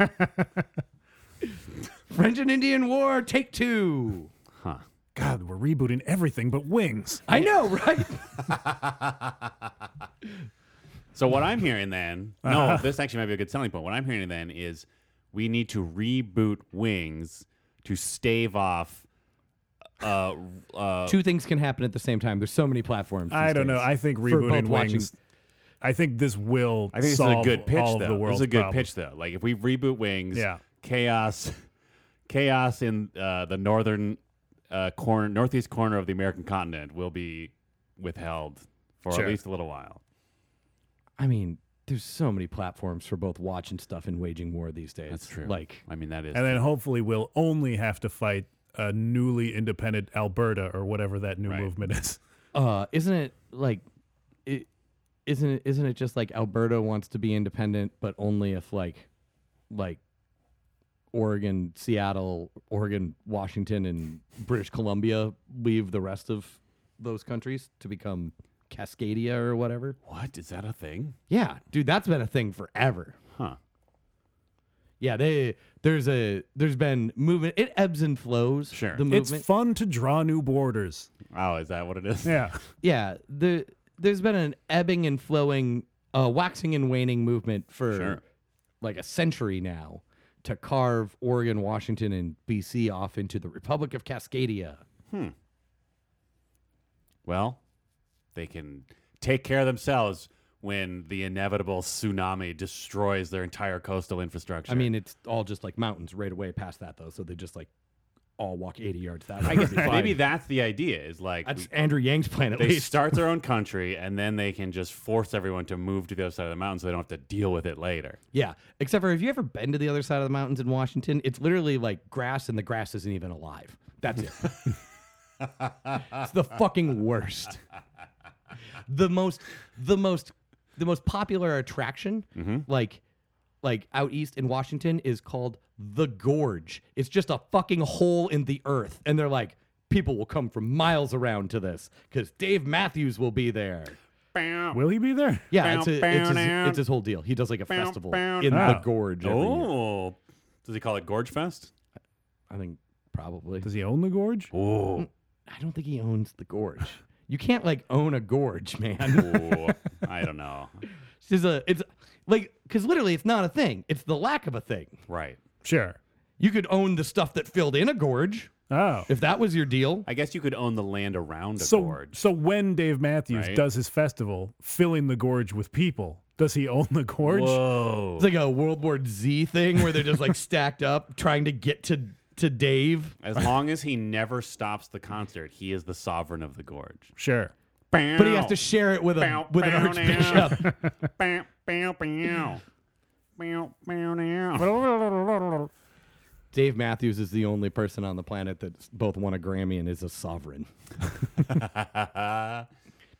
S3: [laughs] French and Indian War, take two.
S2: huh.
S1: God, we're rebooting everything but wings.
S3: I know, right?
S2: So what I'm hearing then, no, this actually might be a good selling point. What I'm hearing then is we need to reboot Wings to stave off. Uh, uh,
S3: two things can happen at the same time. There's so many platforms. these
S1: I don't know.
S3: days
S1: I think
S3: for both
S1: rebooting
S3: watching-
S1: wings. I think this will.
S2: I think this is a
S1: solve
S2: good pitch,
S1: all
S2: though.
S1: Of the
S2: this
S1: world's
S2: is a good
S1: problems.
S2: pitch, though. Like if we reboot Wings,
S1: Yeah.
S2: chaos, chaos in uh, the northern uh, corner, northeast corner of the American continent will be withheld for
S1: Sure.
S2: at least a little while.
S3: I mean, there's so many platforms for both watching stuff and waging war these days.
S2: That's true.
S3: Like,
S2: I mean, that is
S1: And then hopefully we'll only have to fight a newly independent Alberta or whatever that new
S2: Right.
S1: movement is.
S3: uh, isn't it like, it, isn't it? Isn't it just like Alberta wants to be independent, but only if like, like, Oregon, Seattle, Oregon, Washington, and British Columbia leave the rest of those countries to become Cascadia or whatever.
S2: what is that a thing?
S3: Yeah, dude, that's been a thing forever.
S2: Huh.
S3: yeah, they there's a there's been movement. It ebbs and flows.
S2: Sure.
S3: the
S1: It's
S3: movement.
S1: fun to draw new borders.
S2: Oh, is that what it is?
S1: Yeah.
S3: yeah, the there's been an ebbing and flowing, uh, waxing and waning movement for
S2: Sure.
S3: like a century now to carve Oregon, Washington, and BC off into the Republic of Cascadia.
S2: Well, they can take care of themselves when the inevitable tsunami destroys their entire coastal infrastructure.
S3: I mean, it's all just like mountains right away past that though, so they just like all walk eighty
S2: [laughs]
S3: yards that way. [laughs]
S2: I guess maybe that's the idea is like
S3: that's Andrew Yang's plan at
S2: they
S3: [laughs] least.
S2: start their own country and then they can just force everyone to move to the other side of the mountain so they don't have to deal with it later.
S3: Yeah. Except for have you ever been to the other side of the mountains in Washington? It's literally like grass and the grass isn't even alive. That's it. it's the fucking worst. The most the most the most popular attraction like like out east in Washington is called the gorge. It's just a fucking hole in the earth and they're like people will come from miles around to this cuz Dave Matthews will be there.
S1: [laughs] Will he be there?
S3: Yeah, it's, a, it's, his,
S2: Bow,
S3: it's his whole deal. He does like a
S2: bow,
S3: festival
S2: bow.
S3: in the
S1: Ah.
S3: gorge. every year.
S2: Oh, does he call it Gorge Fest?
S3: I think probably.
S1: Does he own the gorge?
S2: Oh,
S3: I don't think he owns the gorge. You can't like own a gorge, man.
S2: I don't know.
S3: [laughs] this is a it's like because literally it's not a thing. It's the lack of a thing.
S2: Right.
S1: Sure.
S3: You could own the stuff that filled in a gorge
S1: Oh.
S3: if that was your deal.
S2: I guess you could own the land around a
S1: so
S2: gorge.
S1: so when Dave Matthews
S2: Right.
S1: does his festival, filling the gorge with people, does he own the gorge?
S2: Whoa.
S3: It's like a World War Z thing where they're
S2: [laughs]
S3: just like stacked up trying to get to to Dave.
S2: As long as he never stops the concert, he is the sovereign of the gorge.
S1: Sure.
S3: But he has to share it with a with an
S1: [laughs]
S3: archbishop. Dave Matthews is the only person on the planet that's both won a Grammy and is a sovereign.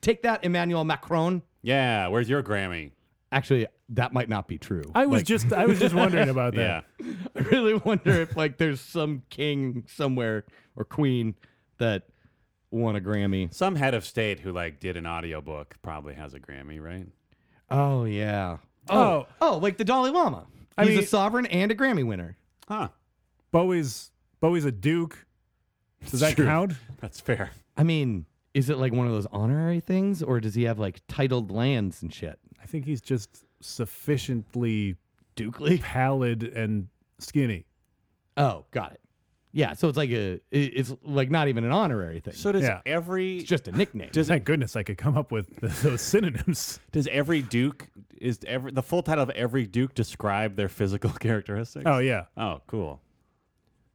S3: Take that, Emmanuel Macron.
S2: yeah, where's your Grammy?
S3: Actually, that might not be true.
S1: I was
S3: Like,
S1: just I was just wondering [laughs] about
S2: Yeah.
S1: that.
S3: [laughs] I really wonder if like there's some king somewhere or queen that won a Grammy.
S2: Some head of state who like did an audiobook probably has a Grammy, right?
S3: Oh yeah.
S1: Oh.
S3: Oh, oh, like the Dalai Lama.
S1: I
S3: He's a
S1: mean-
S3: sovereign and a Grammy winner.
S2: Huh.
S1: Bowie's Bowie's a duke. Does that
S2: Sure.
S1: count?
S2: That's fair.
S3: I mean, is it like one of those honorary things, or does he have like titled lands and shit?
S1: I think he's just sufficiently
S3: Dukely.
S1: pallid and skinny.
S3: Oh, got it. Yeah, so it's like a, it- it's like not even an honorary thing.
S2: So does
S1: Yeah.
S2: every
S3: it's just a nickname.
S1: Thank goodness I could come up with [laughs] those synonyms.
S2: does every duke is every the full title of every duke describe their physical [laughs] characteristics?
S1: Oh yeah.
S2: Oh, cool.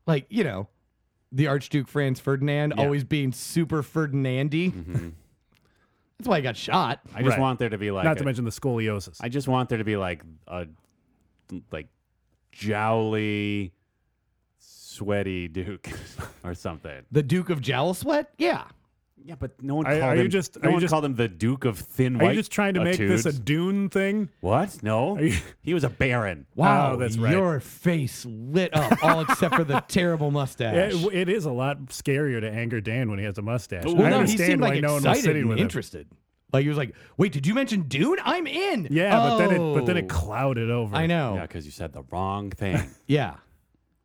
S3: like you know, the Archduke Franz Ferdinand always being super Ferdinandy. [laughs] That's why he got shot.
S2: I just
S1: Right.
S2: want there to be like
S1: Not to
S2: a-
S1: mention the scoliosis.
S2: I just want there to be like a like jowly, sweaty Duke [laughs] or something.
S3: The Duke of Jowl Sweat. Yeah,
S1: Oh,
S2: Yeah, but no one
S1: Are-
S2: called
S1: are you
S2: him.
S1: just-
S2: no
S1: are you
S2: one
S1: just-
S2: called him the Duke of Thin White.
S1: Are you just trying to make this a
S2: Etudes.
S1: Dune thing?
S2: what? No,
S1: Are you-
S2: he was a baron.
S3: wow,
S1: Oh, that's right.
S3: Your face lit up, all except for the terrible mustache.
S1: It, it is a lot scarier to anger Dan when he has a mustache.
S2: Well,
S1: I
S3: well, no, he
S1: understand
S3: seemed
S1: why
S3: like
S1: no one was
S3: excited
S1: sitting
S3: and
S1: with him.
S3: interested. Like he was like, "Wait, did you mention Dune? I'm in."
S1: Yeah, but then it but then
S3: Oh.
S1: it clouded over.
S3: I know.
S2: Yeah, because you said the wrong thing.
S3: Yeah.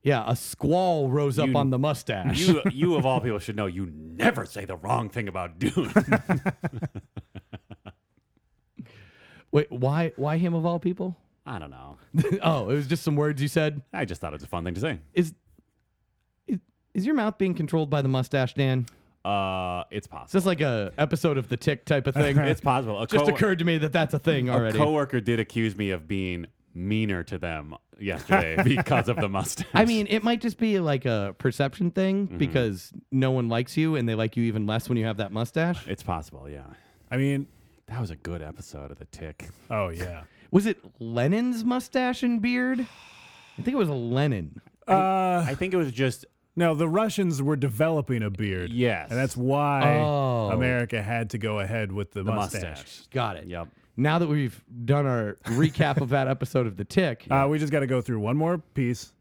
S3: Yeah, a squall rose up
S2: You-
S3: on the
S2: [laughs]
S3: mustache.
S2: you, you of all people should know you never say the wrong thing about Dune.
S3: [laughs]
S1: [laughs]
S3: Wait, why why him of all people? [laughs]
S2: I don't know.
S3: oh, it was just some words you said.
S2: I just thought it was a fun thing to say.
S3: Is is, is your mouth being controlled by the mustache, Dan?
S2: Uh, it's
S3: Is
S2: possible.
S3: this like a episode of the tick type of thing?
S2: It's possible. A
S3: just
S2: co-
S3: occurred to me that that's a thing
S2: A
S3: already.
S2: coworker did accuse me of being meaner to them yesterday
S1: [laughs]
S2: because of the mustache.
S3: I mean, it might just be like a perception thing because no one likes you and they like you even less when you have that mustache.
S2: it's possible. Yeah,
S1: I mean,
S2: that was a good episode of the Tick.
S1: oh yeah.
S3: Was it Lenin's mustache and beard? I think it was Lenin.
S1: Uh,
S2: I think it was just
S1: now the Russians were developing a beard.
S2: Yes.
S1: and that's why
S3: Oh.
S1: America had to go ahead with the,
S2: the
S1: mustache.
S2: mustache.
S3: Got it.
S2: Yep.
S3: Now that we've done our recap of that episode of The Tick,
S1: Uh, we just got to go through one more piece.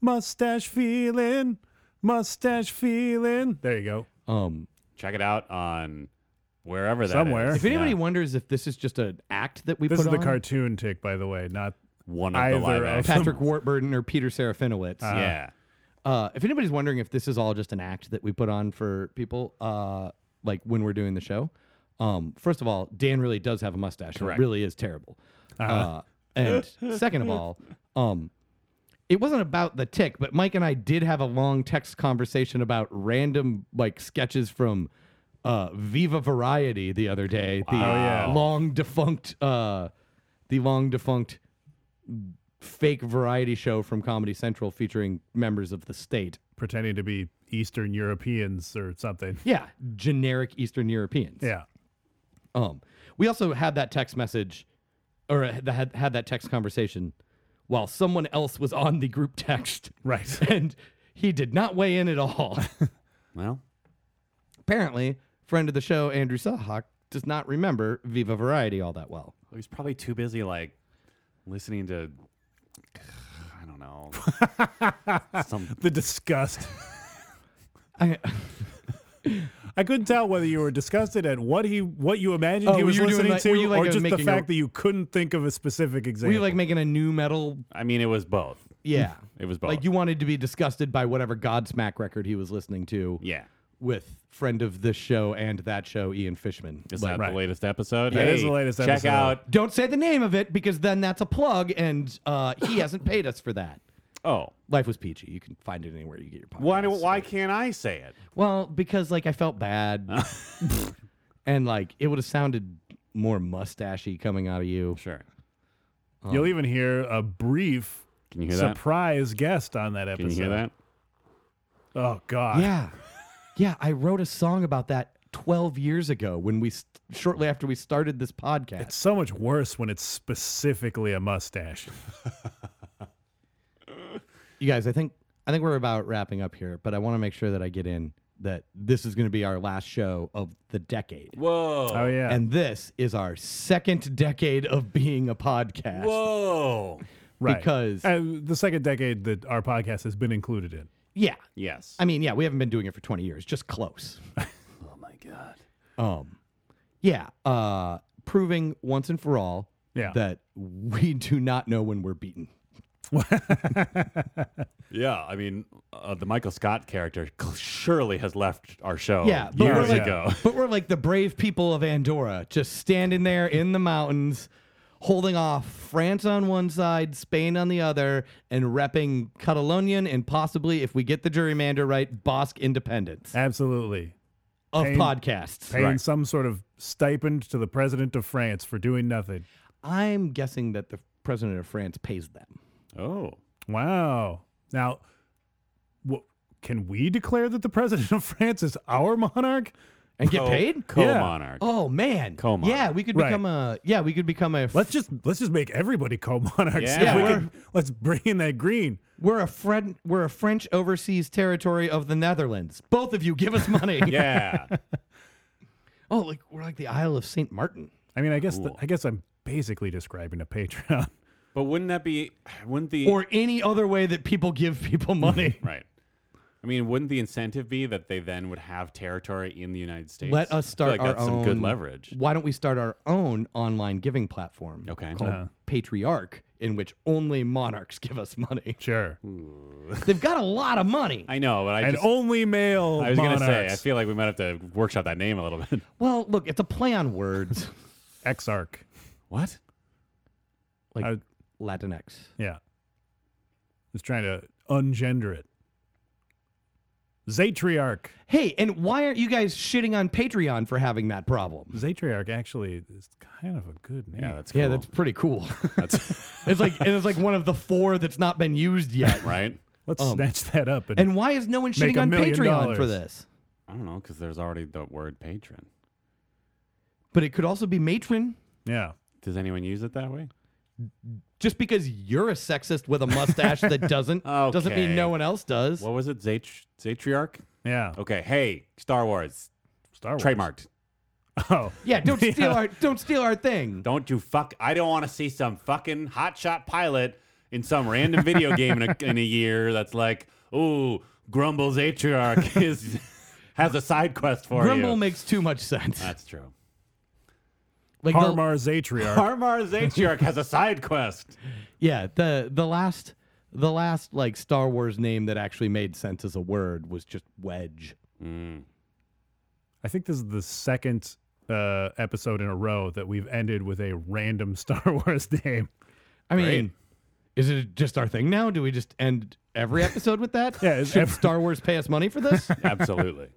S1: Mustache feeling, mustache feeling. There you go.
S3: um,
S2: Check it out on wherever that
S1: Somewhere.
S2: is.
S3: If anybody
S2: Yeah.
S3: wonders if this is just an act that we
S1: This
S3: put
S1: is the
S3: on,
S1: cartoon tick, by the way. Not
S2: one of
S1: Either
S2: the live
S1: of
S2: acts.
S1: them.
S3: Patrick Warburton or Peter
S2: [laughs]
S3: Serafinowicz.
S2: yeah.
S3: Uh, if anybody's wondering if this is all just an act that we put on for people, uh, like when we're doing the show, um, first of all, Dan really does have a mustache. and
S2: Correct. Uh-huh.
S3: It really is terrible. Uh, and
S2: [laughs]
S3: second of all, um, it wasn't about the tick, but Mike and I did have a long text conversation about random like sketches from uh, Viva Variety the other day. The
S2: Wow. Oh, yeah.
S3: long defunct, uh, the long defunct fake variety show from Comedy Central featuring members of the state.
S1: pretending to be Eastern Europeans or something.
S3: Yeah, generic Eastern Europeans.
S1: Yeah.
S3: Um, we also had that text message, or had had had that text conversation, while someone else was on the group text,
S1: Right.
S3: [laughs]
S1: [laughs]
S3: and he did not weigh in at all.
S2: Well,
S3: Apparently, friend of the show Andrew Sahak does not remember Viva Variety all that well.
S2: he's probably too busy like listening to [sighs] I don't know.
S1: [laughs]
S2: some
S1: The disgust.
S3: I,
S1: I couldn't tell whether you were disgusted at what he what you imagined
S3: Oh,
S1: he
S3: were
S1: was
S3: you doing
S1: listening
S3: like-
S1: to,
S3: were you like
S1: or
S3: a-
S1: just the
S3: making a-
S1: fact that you couldn't think of a specific
S3: [laughs] were
S1: example.
S3: you like making a new metal?
S2: I mean it was both.
S3: Yeah,
S2: It was both.
S3: like you wanted to be disgusted by whatever Godsmack record he was listening to.
S2: Yeah.
S3: with friend of this show and that show, Ian Fishman.
S2: Is
S3: Like,
S2: that
S1: Right.
S2: the latest episode?
S1: That is the latest
S2: check
S1: episode.
S2: out.
S3: don't say the name of it because then that's a plug, and uh, he hasn't paid us for that.
S2: Oh.
S3: Life was peachy. You can find it anywhere you get your podcast.
S2: Why, do- why can't I say it?
S3: Well, because like I felt bad, Uh. [laughs] and like it would have sounded more mustachy coming out of you.
S2: Sure.
S3: Oh.
S1: You'll even hear a brief
S2: Can you hear that?
S1: surprise guest on that
S2: Can
S1: episode.
S2: you hear that?
S1: Oh God.
S3: Yeah, yeah. I wrote a song about that twelve years ago when we st- shortly after we started this podcast.
S1: It's so much worse when it's specifically a mustache.
S3: You guys, I think I think we're about wrapping up here, but I want to make sure that I get in that this is going to be our last show of the decade.
S2: Whoa.
S1: Oh yeah.
S3: And this is our second decade of being a podcast.
S2: Whoa.
S1: right.
S3: because-
S1: Uh, the second decade that our podcast has been included in.
S3: Yeah.
S2: Yes.
S3: I mean, yeah, we haven't been doing it for 20 years,
S1: [laughs]
S3: just close.
S2: oh my god.
S3: Um yeah, uh proving once and for all
S1: Yeah.
S3: that we do not know when we're beaten. [laughs]
S2: Yeah, I mean, uh, the Michael Scott character cl- surely has left our show
S3: Yeah,
S2: Oh,
S3: but
S2: years
S3: we're like,
S2: ago.
S3: but we're like the brave people of Andorra, just standing there in the mountains, holding off France on one side, Spain on the other, and repping Catalonian and possibly, if we get the gerrymander right, Basque independence
S1: Absolutely.
S3: of
S1: Pain-
S3: podcasts.
S1: Paying some sort of stipend to the president of France for doing nothing.
S3: I'm guessing that the president of France pays them.
S2: [laughs] Oh,
S1: Wow. Now, wh- can we declare that the president of France is our monarch?
S3: And
S2: Oh.
S3: get paid?
S2: co-monarch.
S3: Oh man.
S2: Co-mon.
S3: Yeah, we could
S1: Right.
S3: become a yeah, we could become a
S1: Let's just let's just make everybody co-monarchs.
S2: Yeah.
S1: if
S2: Yeah,
S1: we
S3: we're-
S1: can, let's bring in that green.
S3: we're a Fred, we're a French overseas territory of the Netherlands. Both of you give us money.
S2: [laughs] Yeah,
S3: Oh, like we're like the Isle of Saint Martin.
S1: I mean, I guess the,
S2: Cool.
S1: I guess I'm basically describing a Patreon. [laughs]
S2: but wouldn't that be? Wouldn't the
S3: or any other way that people give
S2: [laughs]
S3: people money.
S2: right? I mean, wouldn't the incentive be that they then would have territory in the United States?
S3: Let us
S2: I feel
S3: start
S2: like
S3: our
S2: that's
S3: own
S2: some good leverage.
S3: Why don't we start our own online giving platform?
S2: Okay.
S3: called
S1: Uh-huh.
S3: Patriarch, in which only monarchs give us
S2: [laughs]
S3: money.
S1: Sure.
S3: They've got a lot of money.
S2: I know, but I
S1: and
S2: just,
S1: only male.
S2: I was
S1: monarchs.
S2: gonna say I feel like we might have to workshop that name a little bit. [laughs]
S3: Well, look, it's a play on words
S1: Exarch.
S2: what?
S3: like
S1: I-
S3: Latinx.
S1: Yeah. Just trying to ungender it. Zatriarch.
S3: Hey, and why aren't you guys shitting on Patreon for having that problem?
S1: Zatriarch actually is kind of a good name.
S2: Yeah, that's cool.
S3: Yeah, that's pretty cool.
S2: that's
S3: it's like it's like one of the four that's not been used yet.
S2: [laughs] right.
S1: Let's snatch that up and,
S3: um, And why is no one
S1: Make
S3: shitting
S1: a
S3: on
S1: million
S3: Patreon for
S1: dollars.
S3: this?
S2: I don't know because there's already the word patron.
S3: But it could also be matron.
S1: yeah.
S2: Does anyone use it that way?
S3: just because you're a sexist with a mustache that doesn't doesn't mean
S2: Okay.
S3: no one else does.
S2: What was it? Zatri- Zatriarch?
S1: Yeah.
S2: Okay, hey, Star Wars,
S1: Star Wars.
S2: trademarked.
S1: Oh.
S3: yeah, don't steal our don't steal our thing.
S2: Don't you fuck? I don't want to see some fucking hotshot pilot in some random video game in a, in a year that's like, ooh, Grumble's [laughs] Atriarch is has a side quest for
S3: Grumble
S2: you. Uh,
S3: makes too much sense.
S2: that's true.
S3: Like the-
S1: Harmar Zatriarch.
S2: Harmar Zatriarch has a side quest.
S3: Yeah, the the last the last like Star Wars name that actually made sense as a word was just Wedge.
S2: Mm.
S1: I think this is the second uh, episode in a row that we've ended with a random [laughs] Star Wars name.
S3: I mean, is it just our thing now? Do we just end every episode with [laughs] that?
S1: Yeah, it's
S3: Should
S1: every-
S3: Star Wars pay us money for [laughs] this?
S2: [laughs] Absolutely.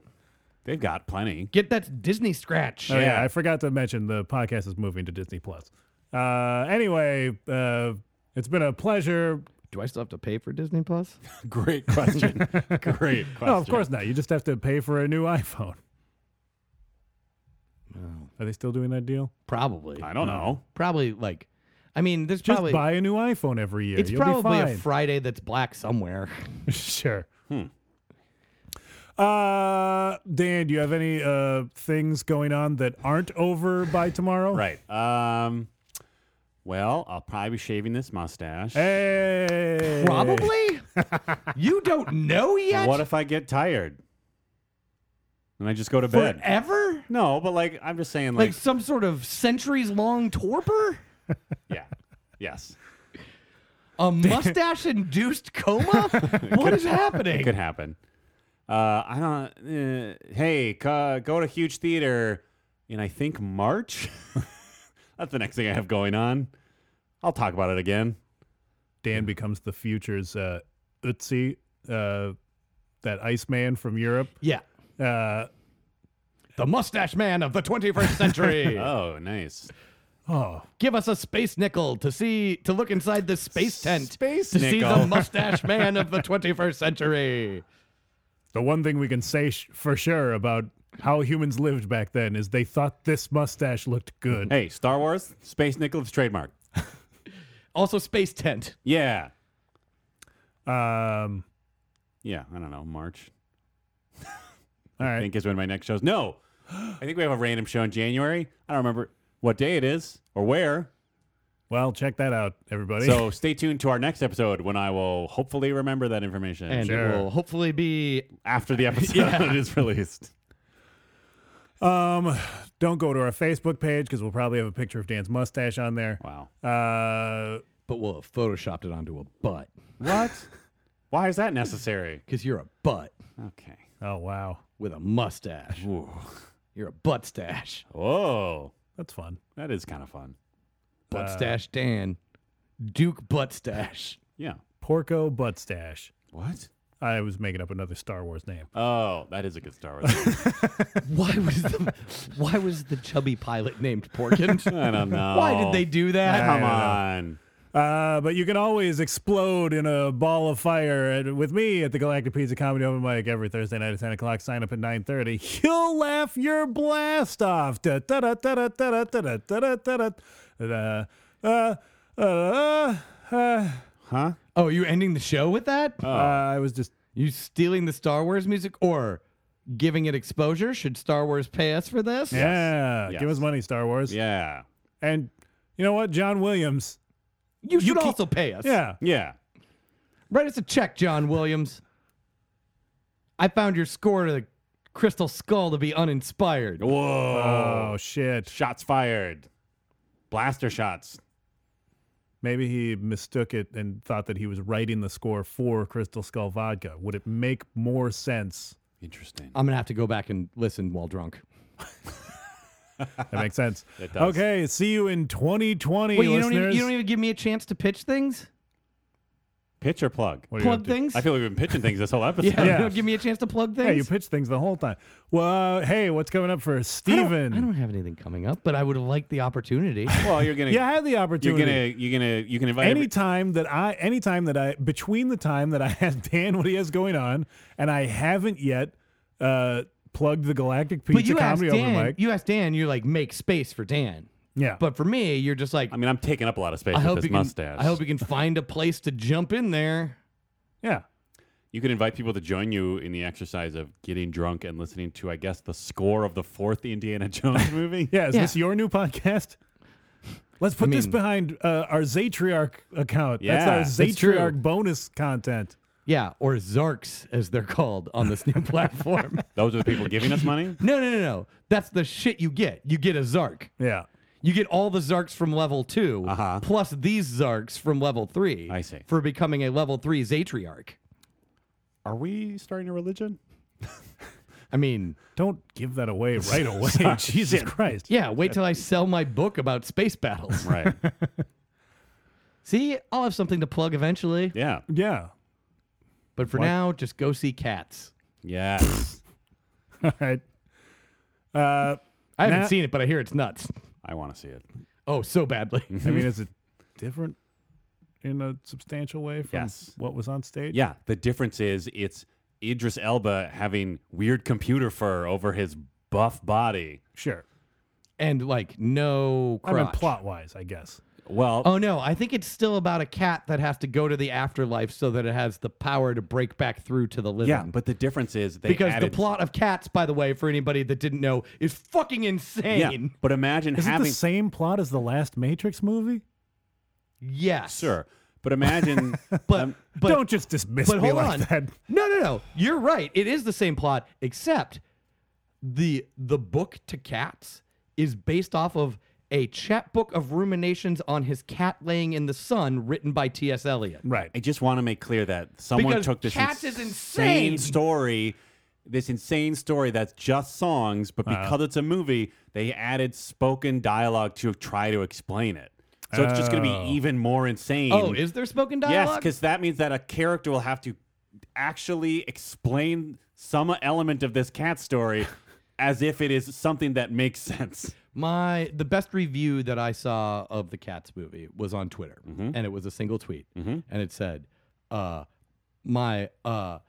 S2: They've got plenty.
S3: Get that Disney scratch.
S1: Oh yeah,
S2: Yeah.
S1: I forgot to mention the podcast is moving to Disney Plus. Uh, anyway, uh, it's been a pleasure.
S3: Do I still have to pay for Disney Plus?
S1: [laughs]
S2: Great question. Great question.
S1: No, Oh, of course not. You just have to pay for a new [laughs] iPhone.
S3: Oh.
S1: Are they still doing that deal?
S3: [laughs] Probably.
S2: I don't know.
S3: Probably like, I mean, there's
S1: Just
S3: probably
S1: buy a new iPhone every year.
S3: it's
S1: You'll
S3: probably a Hmm.
S1: be
S3: Friday that's black [laughs] somewhere.
S1: fine. [laughs] sure. Uh, Dan, do you have any uh things going on that aren't over by tomorrow?
S2: Right. Um. Well, I'll probably be shaving this mustache.
S1: Hey.
S3: Probably. you don't know yet.
S2: What if I get tired? And I just go to bed.
S1: e-
S3: Forever.
S2: No, but like I'm just saying,
S3: like
S2: like,
S3: some sort of centuries long torpor?
S2: yeah,
S1: [laughs]
S2: yes, [laughs]
S3: A mustache induced coma? What is
S2: it
S3: happening?
S2: could happen. Uh, I don't. Uh, hey, ca- go to huge theater in I think March. [laughs] That's the next thing I have going on. I'll talk about it again.
S1: Dan becomes the future's uh, Utsi, uh, that Iceman from Europe.
S3: Yeah.
S1: Uh,
S3: The mustache man of the 21st
S2: [laughs]
S3: century.
S2: Oh, nice.
S1: oh,
S3: Give us a space nickel to see to look inside this space tent.
S2: Space
S3: to see the
S2: nickel.
S3: mustache man
S2: [laughs]
S3: of the 21st century.
S1: the one thing we can say sh- for sure about how humans lived back then is they thought this mustache looked good.
S2: Hey, Star Wars, Space Nichols trademark.
S3: Also space tent.
S2: Yeah,
S1: Um,
S2: yeah. I don't know. March.
S1: all
S2: I
S1: right,
S2: think is when my next show's.
S3: [gasps]
S2: No, I think we have a random show in January. I don't remember what day it is or
S3: [laughs]
S2: where.
S1: well, check that out, everybody.
S2: So stay tuned to our next episode when I will hopefully remember that information
S3: And
S1: Sure.
S3: it will hopefully be
S2: after the episode [laughs] is released.
S1: um, [laughs] don't go to our Facebook page because we'll probably have a picture of Dan's mustache on there.
S2: Wow.
S1: Uh,
S3: but we'll have photoshopped it onto a butt. [laughs]
S2: What? Why is that necessary?
S3: Because you're a butt
S2: Okay.
S1: oh wow,
S3: with a mustache.
S2: Ooh.
S3: You're a butt stash.
S2: Whoa.
S1: that's fun.
S2: That is kind of fun. Uh,
S3: Buttstache Dan, Duke Buttstache.
S2: Yeah.
S1: Porco Buttstache.
S2: What?
S1: I was making up another Star Wars name.
S2: Oh, that is a good Star Wars. name.
S3: Why was the Why was the chubby pilot named Porkins?
S2: I don't know.
S3: Why did they do that?
S2: Come on.
S1: Uh, but you can always explode in a ball of fire at, with me at the Galactic Pizza Comedy Open Mic every Thursday night at 10 o'clock. Sign up at 9.30. You'll laugh your blast off. Da, da, da, da, da, da, da, da, da, da, da, da, uh, uh, uh, uh,
S2: Huh?
S3: [laughs] Oh, you ending the show with that?
S1: uh, I was just,
S3: you stealing the Star Wars music or giving it exposure? Should Star Wars pay us for this?
S1: yeah,
S2: Yes.
S1: give us money, Star Wars.
S2: Yeah.
S1: And you know what? John Williams.
S3: You should also pay us.
S1: Yeah.
S2: Yeah.
S3: Write us a check, John Williams. I found your score to the Crystal Skull to be uninspired.
S2: Whoa.
S1: Oh, shit.
S2: Shots fired. Blaster shots.
S1: Maybe he mistook it and thought that he was writing the score for Crystal Skull Vodka. Would it make more sense?
S2: Interesting.
S3: I'm gonna have to go back and listen while drunk.
S1: That makes
S3: [laughs]
S1: sense.
S2: It does.
S1: Okay, see you in 2020,
S3: Wait, you
S1: listeners.
S3: don't, even, you don't even give me a chance to pitch things?
S2: Pitch or plug?
S1: What are you up
S3: Plug
S1: to?
S3: things?
S2: I feel like we've been pitching things this whole episode.
S3: Yeah,
S1: Yeah.
S3: you don't give me a chance to plug things.
S1: Yeah, you pitch things the whole time. Well, uh, hey, what's coming up for
S3: I don't-
S1: Steven?
S3: I don't have anything coming up, but I would have liked the opportunity.
S2: Well, you're gonna.
S1: You had the
S2: You're
S1: opportunity.
S2: gonna. You're gonna. You can invite. every-
S1: anytime that I, anytime that I, between the time that I had [laughs] Dan what he has going on, and I haven't yet uh, plugged the Galactic Pizza
S3: but you asked
S1: Comedy Open
S3: Dan.
S1: Mic.
S3: You asked Dan. You're like, make space for Dan.
S1: yeah,
S3: But for me, you're just like,
S2: I mean, I'm taking up a lot of space
S3: I
S2: with
S3: hope
S2: this
S3: you can.
S2: mustache.
S3: I hope you can find a place to jump in there.
S1: yeah,
S2: you can invite people to join you in the exercise of getting drunk and listening to, I guess, the score of the fourth Indiana [laughs] Jones movie.
S1: yeah. Is
S3: Yeah.
S1: this your new podcast? Let's put this
S3: mean-
S1: behind uh, our Zatriarch account.
S2: Yeah,
S1: That's our
S3: that's true.
S1: Zatriarch bonus content.
S3: Yeah, or Zarks as they're called
S2: [laughs]
S3: on this new platform.
S2: Those are the people giving us money.
S3: No, no, no, no. That's the shit you get. You get a Zark.
S1: Yeah.
S3: You get all the Zarks from level 2
S2: Uh-huh.
S3: plus these Zarks from level three.
S2: I see.
S3: For becoming a level three Zatriarch.
S2: Are we starting a religion?
S3: I mean,
S1: Don't give that away
S2: [laughs]
S1: right away. [laughs] Jesus Christ.
S3: yeah, wait till I sell my book about space
S2: [laughs]
S3: battles.
S2: Right.
S3: See, I'll have something to plug eventually.
S2: yeah.
S1: Yeah. [laughs]
S3: But for now, just go see cats.
S2: Yes.
S1: All right. Uh,
S3: I haven't
S1: Now-
S3: seen it, but I hear it's nuts.
S2: I want to see it.
S3: Oh, so [laughs] badly.
S1: I mean, is it different in a substantial way from
S2: Yes.
S1: what was on stage?
S2: Yeah. The difference is it's Idris Elba having weird computer fur over his buff body.
S1: Sure.
S3: and like no
S1: I mean,
S3: crotch.
S1: plot wise, I guess.
S2: Well,
S3: Oh no, I think it's still about a cat that has to go to the afterlife so that it has the power to break back through to the living.
S2: yeah, but the difference is they
S3: because
S2: added,
S3: the plot of Cats, by the way, for anybody that didn't know, is fucking
S2: Yeah,
S3: insane.
S2: but imagine
S1: Is it
S2: having
S1: the same plot as the last Matrix movie?
S3: Yes,
S2: sure, but imagine
S3: [laughs] But
S2: um,
S3: but
S1: Don't just dismiss
S3: but
S1: me
S3: hold
S1: like
S3: on.
S1: that.
S3: No, no, no. You're right. It is the same plot, except the the book to cats is based off of a chapbook of ruminations on his cat laying in the sun, written by T. S. Eliot.
S1: Right.
S2: I just want to make clear that someone
S3: Because
S2: took this
S3: Cats
S2: ins-
S3: is insane.
S2: story, this insane story that's just songs, but
S3: Uh-huh.
S2: because it's a movie, they added spoken dialogue to try to explain it. So it's just going to
S1: Oh.
S2: be even more insane.
S3: Oh, is there spoken
S2: yes,
S3: dialogue?
S2: because that means that a character will have to actually explain some element of this cat [laughs] story as if it is something that makes sense.
S3: My the best review that I saw of the Cats movie was on Twitter, and it was a single tweet, and it said, uh, "My uh,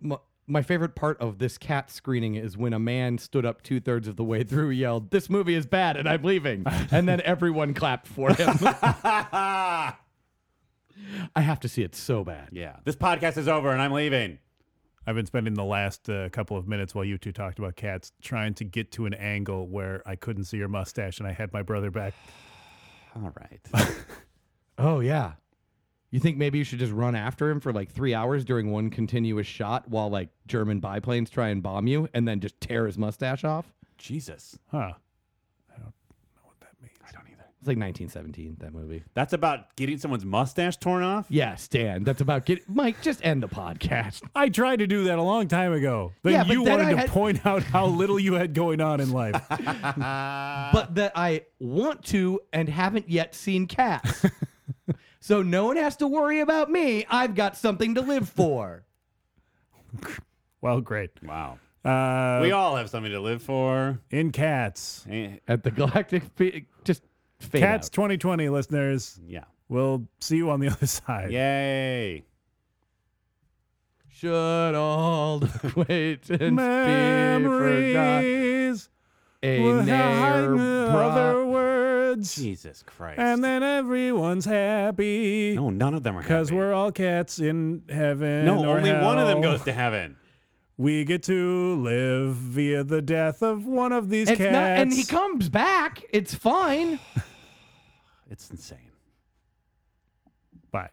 S3: my, my favorite part of this cat screening is when a man stood up two thirds of the way through, yelled, "This movie is bad, and I'm leaving," and then everyone clapped for him. I have to see it so bad.
S2: Yeah. This podcast is over and I'm leaving.
S1: I've been spending the last uh, couple of minutes while you two talked about cats trying to get to an angle where I couldn't see your mustache and I had my brother back.
S2: All right.
S3: Oh yeah. You think maybe you should just run after him for like three hours during one continuous shot while like German biplanes try and bomb you and then just tear his mustache off?
S2: [laughs] Jesus.
S1: Huh.
S2: I don't either.
S3: It's like 1917, that movie.
S2: That's about getting someone's mustache torn off?
S3: Yeah, Stan, that's about get Mike, just end the podcast.
S1: I tried to do that a long time ago. Then
S3: Yeah, but
S1: you
S3: then
S1: wanted
S3: I
S1: to
S3: had-
S1: point [laughs] out how little you had going on in
S3: [laughs]
S1: life.
S3: but that I want to and haven't yet seen [laughs] cats. so no one has to worry about me. I've got something to live for.
S1: well, great.
S2: Wow.
S1: Uh,
S2: we all have something to live for.
S1: in cats.
S2: Eh,
S3: [laughs] At the Galactic Fe- just fade
S1: Cats
S3: out.
S1: 2020 listeners,
S2: Yeah.
S1: we'll see you on the [laughs] other side.
S2: Yay.
S3: Should old [laughs] acquaintance be forgot?
S1: Memories
S3: A
S1: will hide
S3: ne'er
S1: in
S3: bra-
S1: other words.
S2: Jesus Christ.
S1: And then everyone's happy.
S2: no, none of them are
S1: Because
S2: happy.
S1: we're all cats in heaven.
S2: No,
S1: or
S2: only one of them
S1: hell.
S2: goes to heaven.
S1: We get to live via the death of one of these
S3: It's
S1: cats.
S3: not, and he comes back. It's fine.
S2: It's insane.
S1: Bye.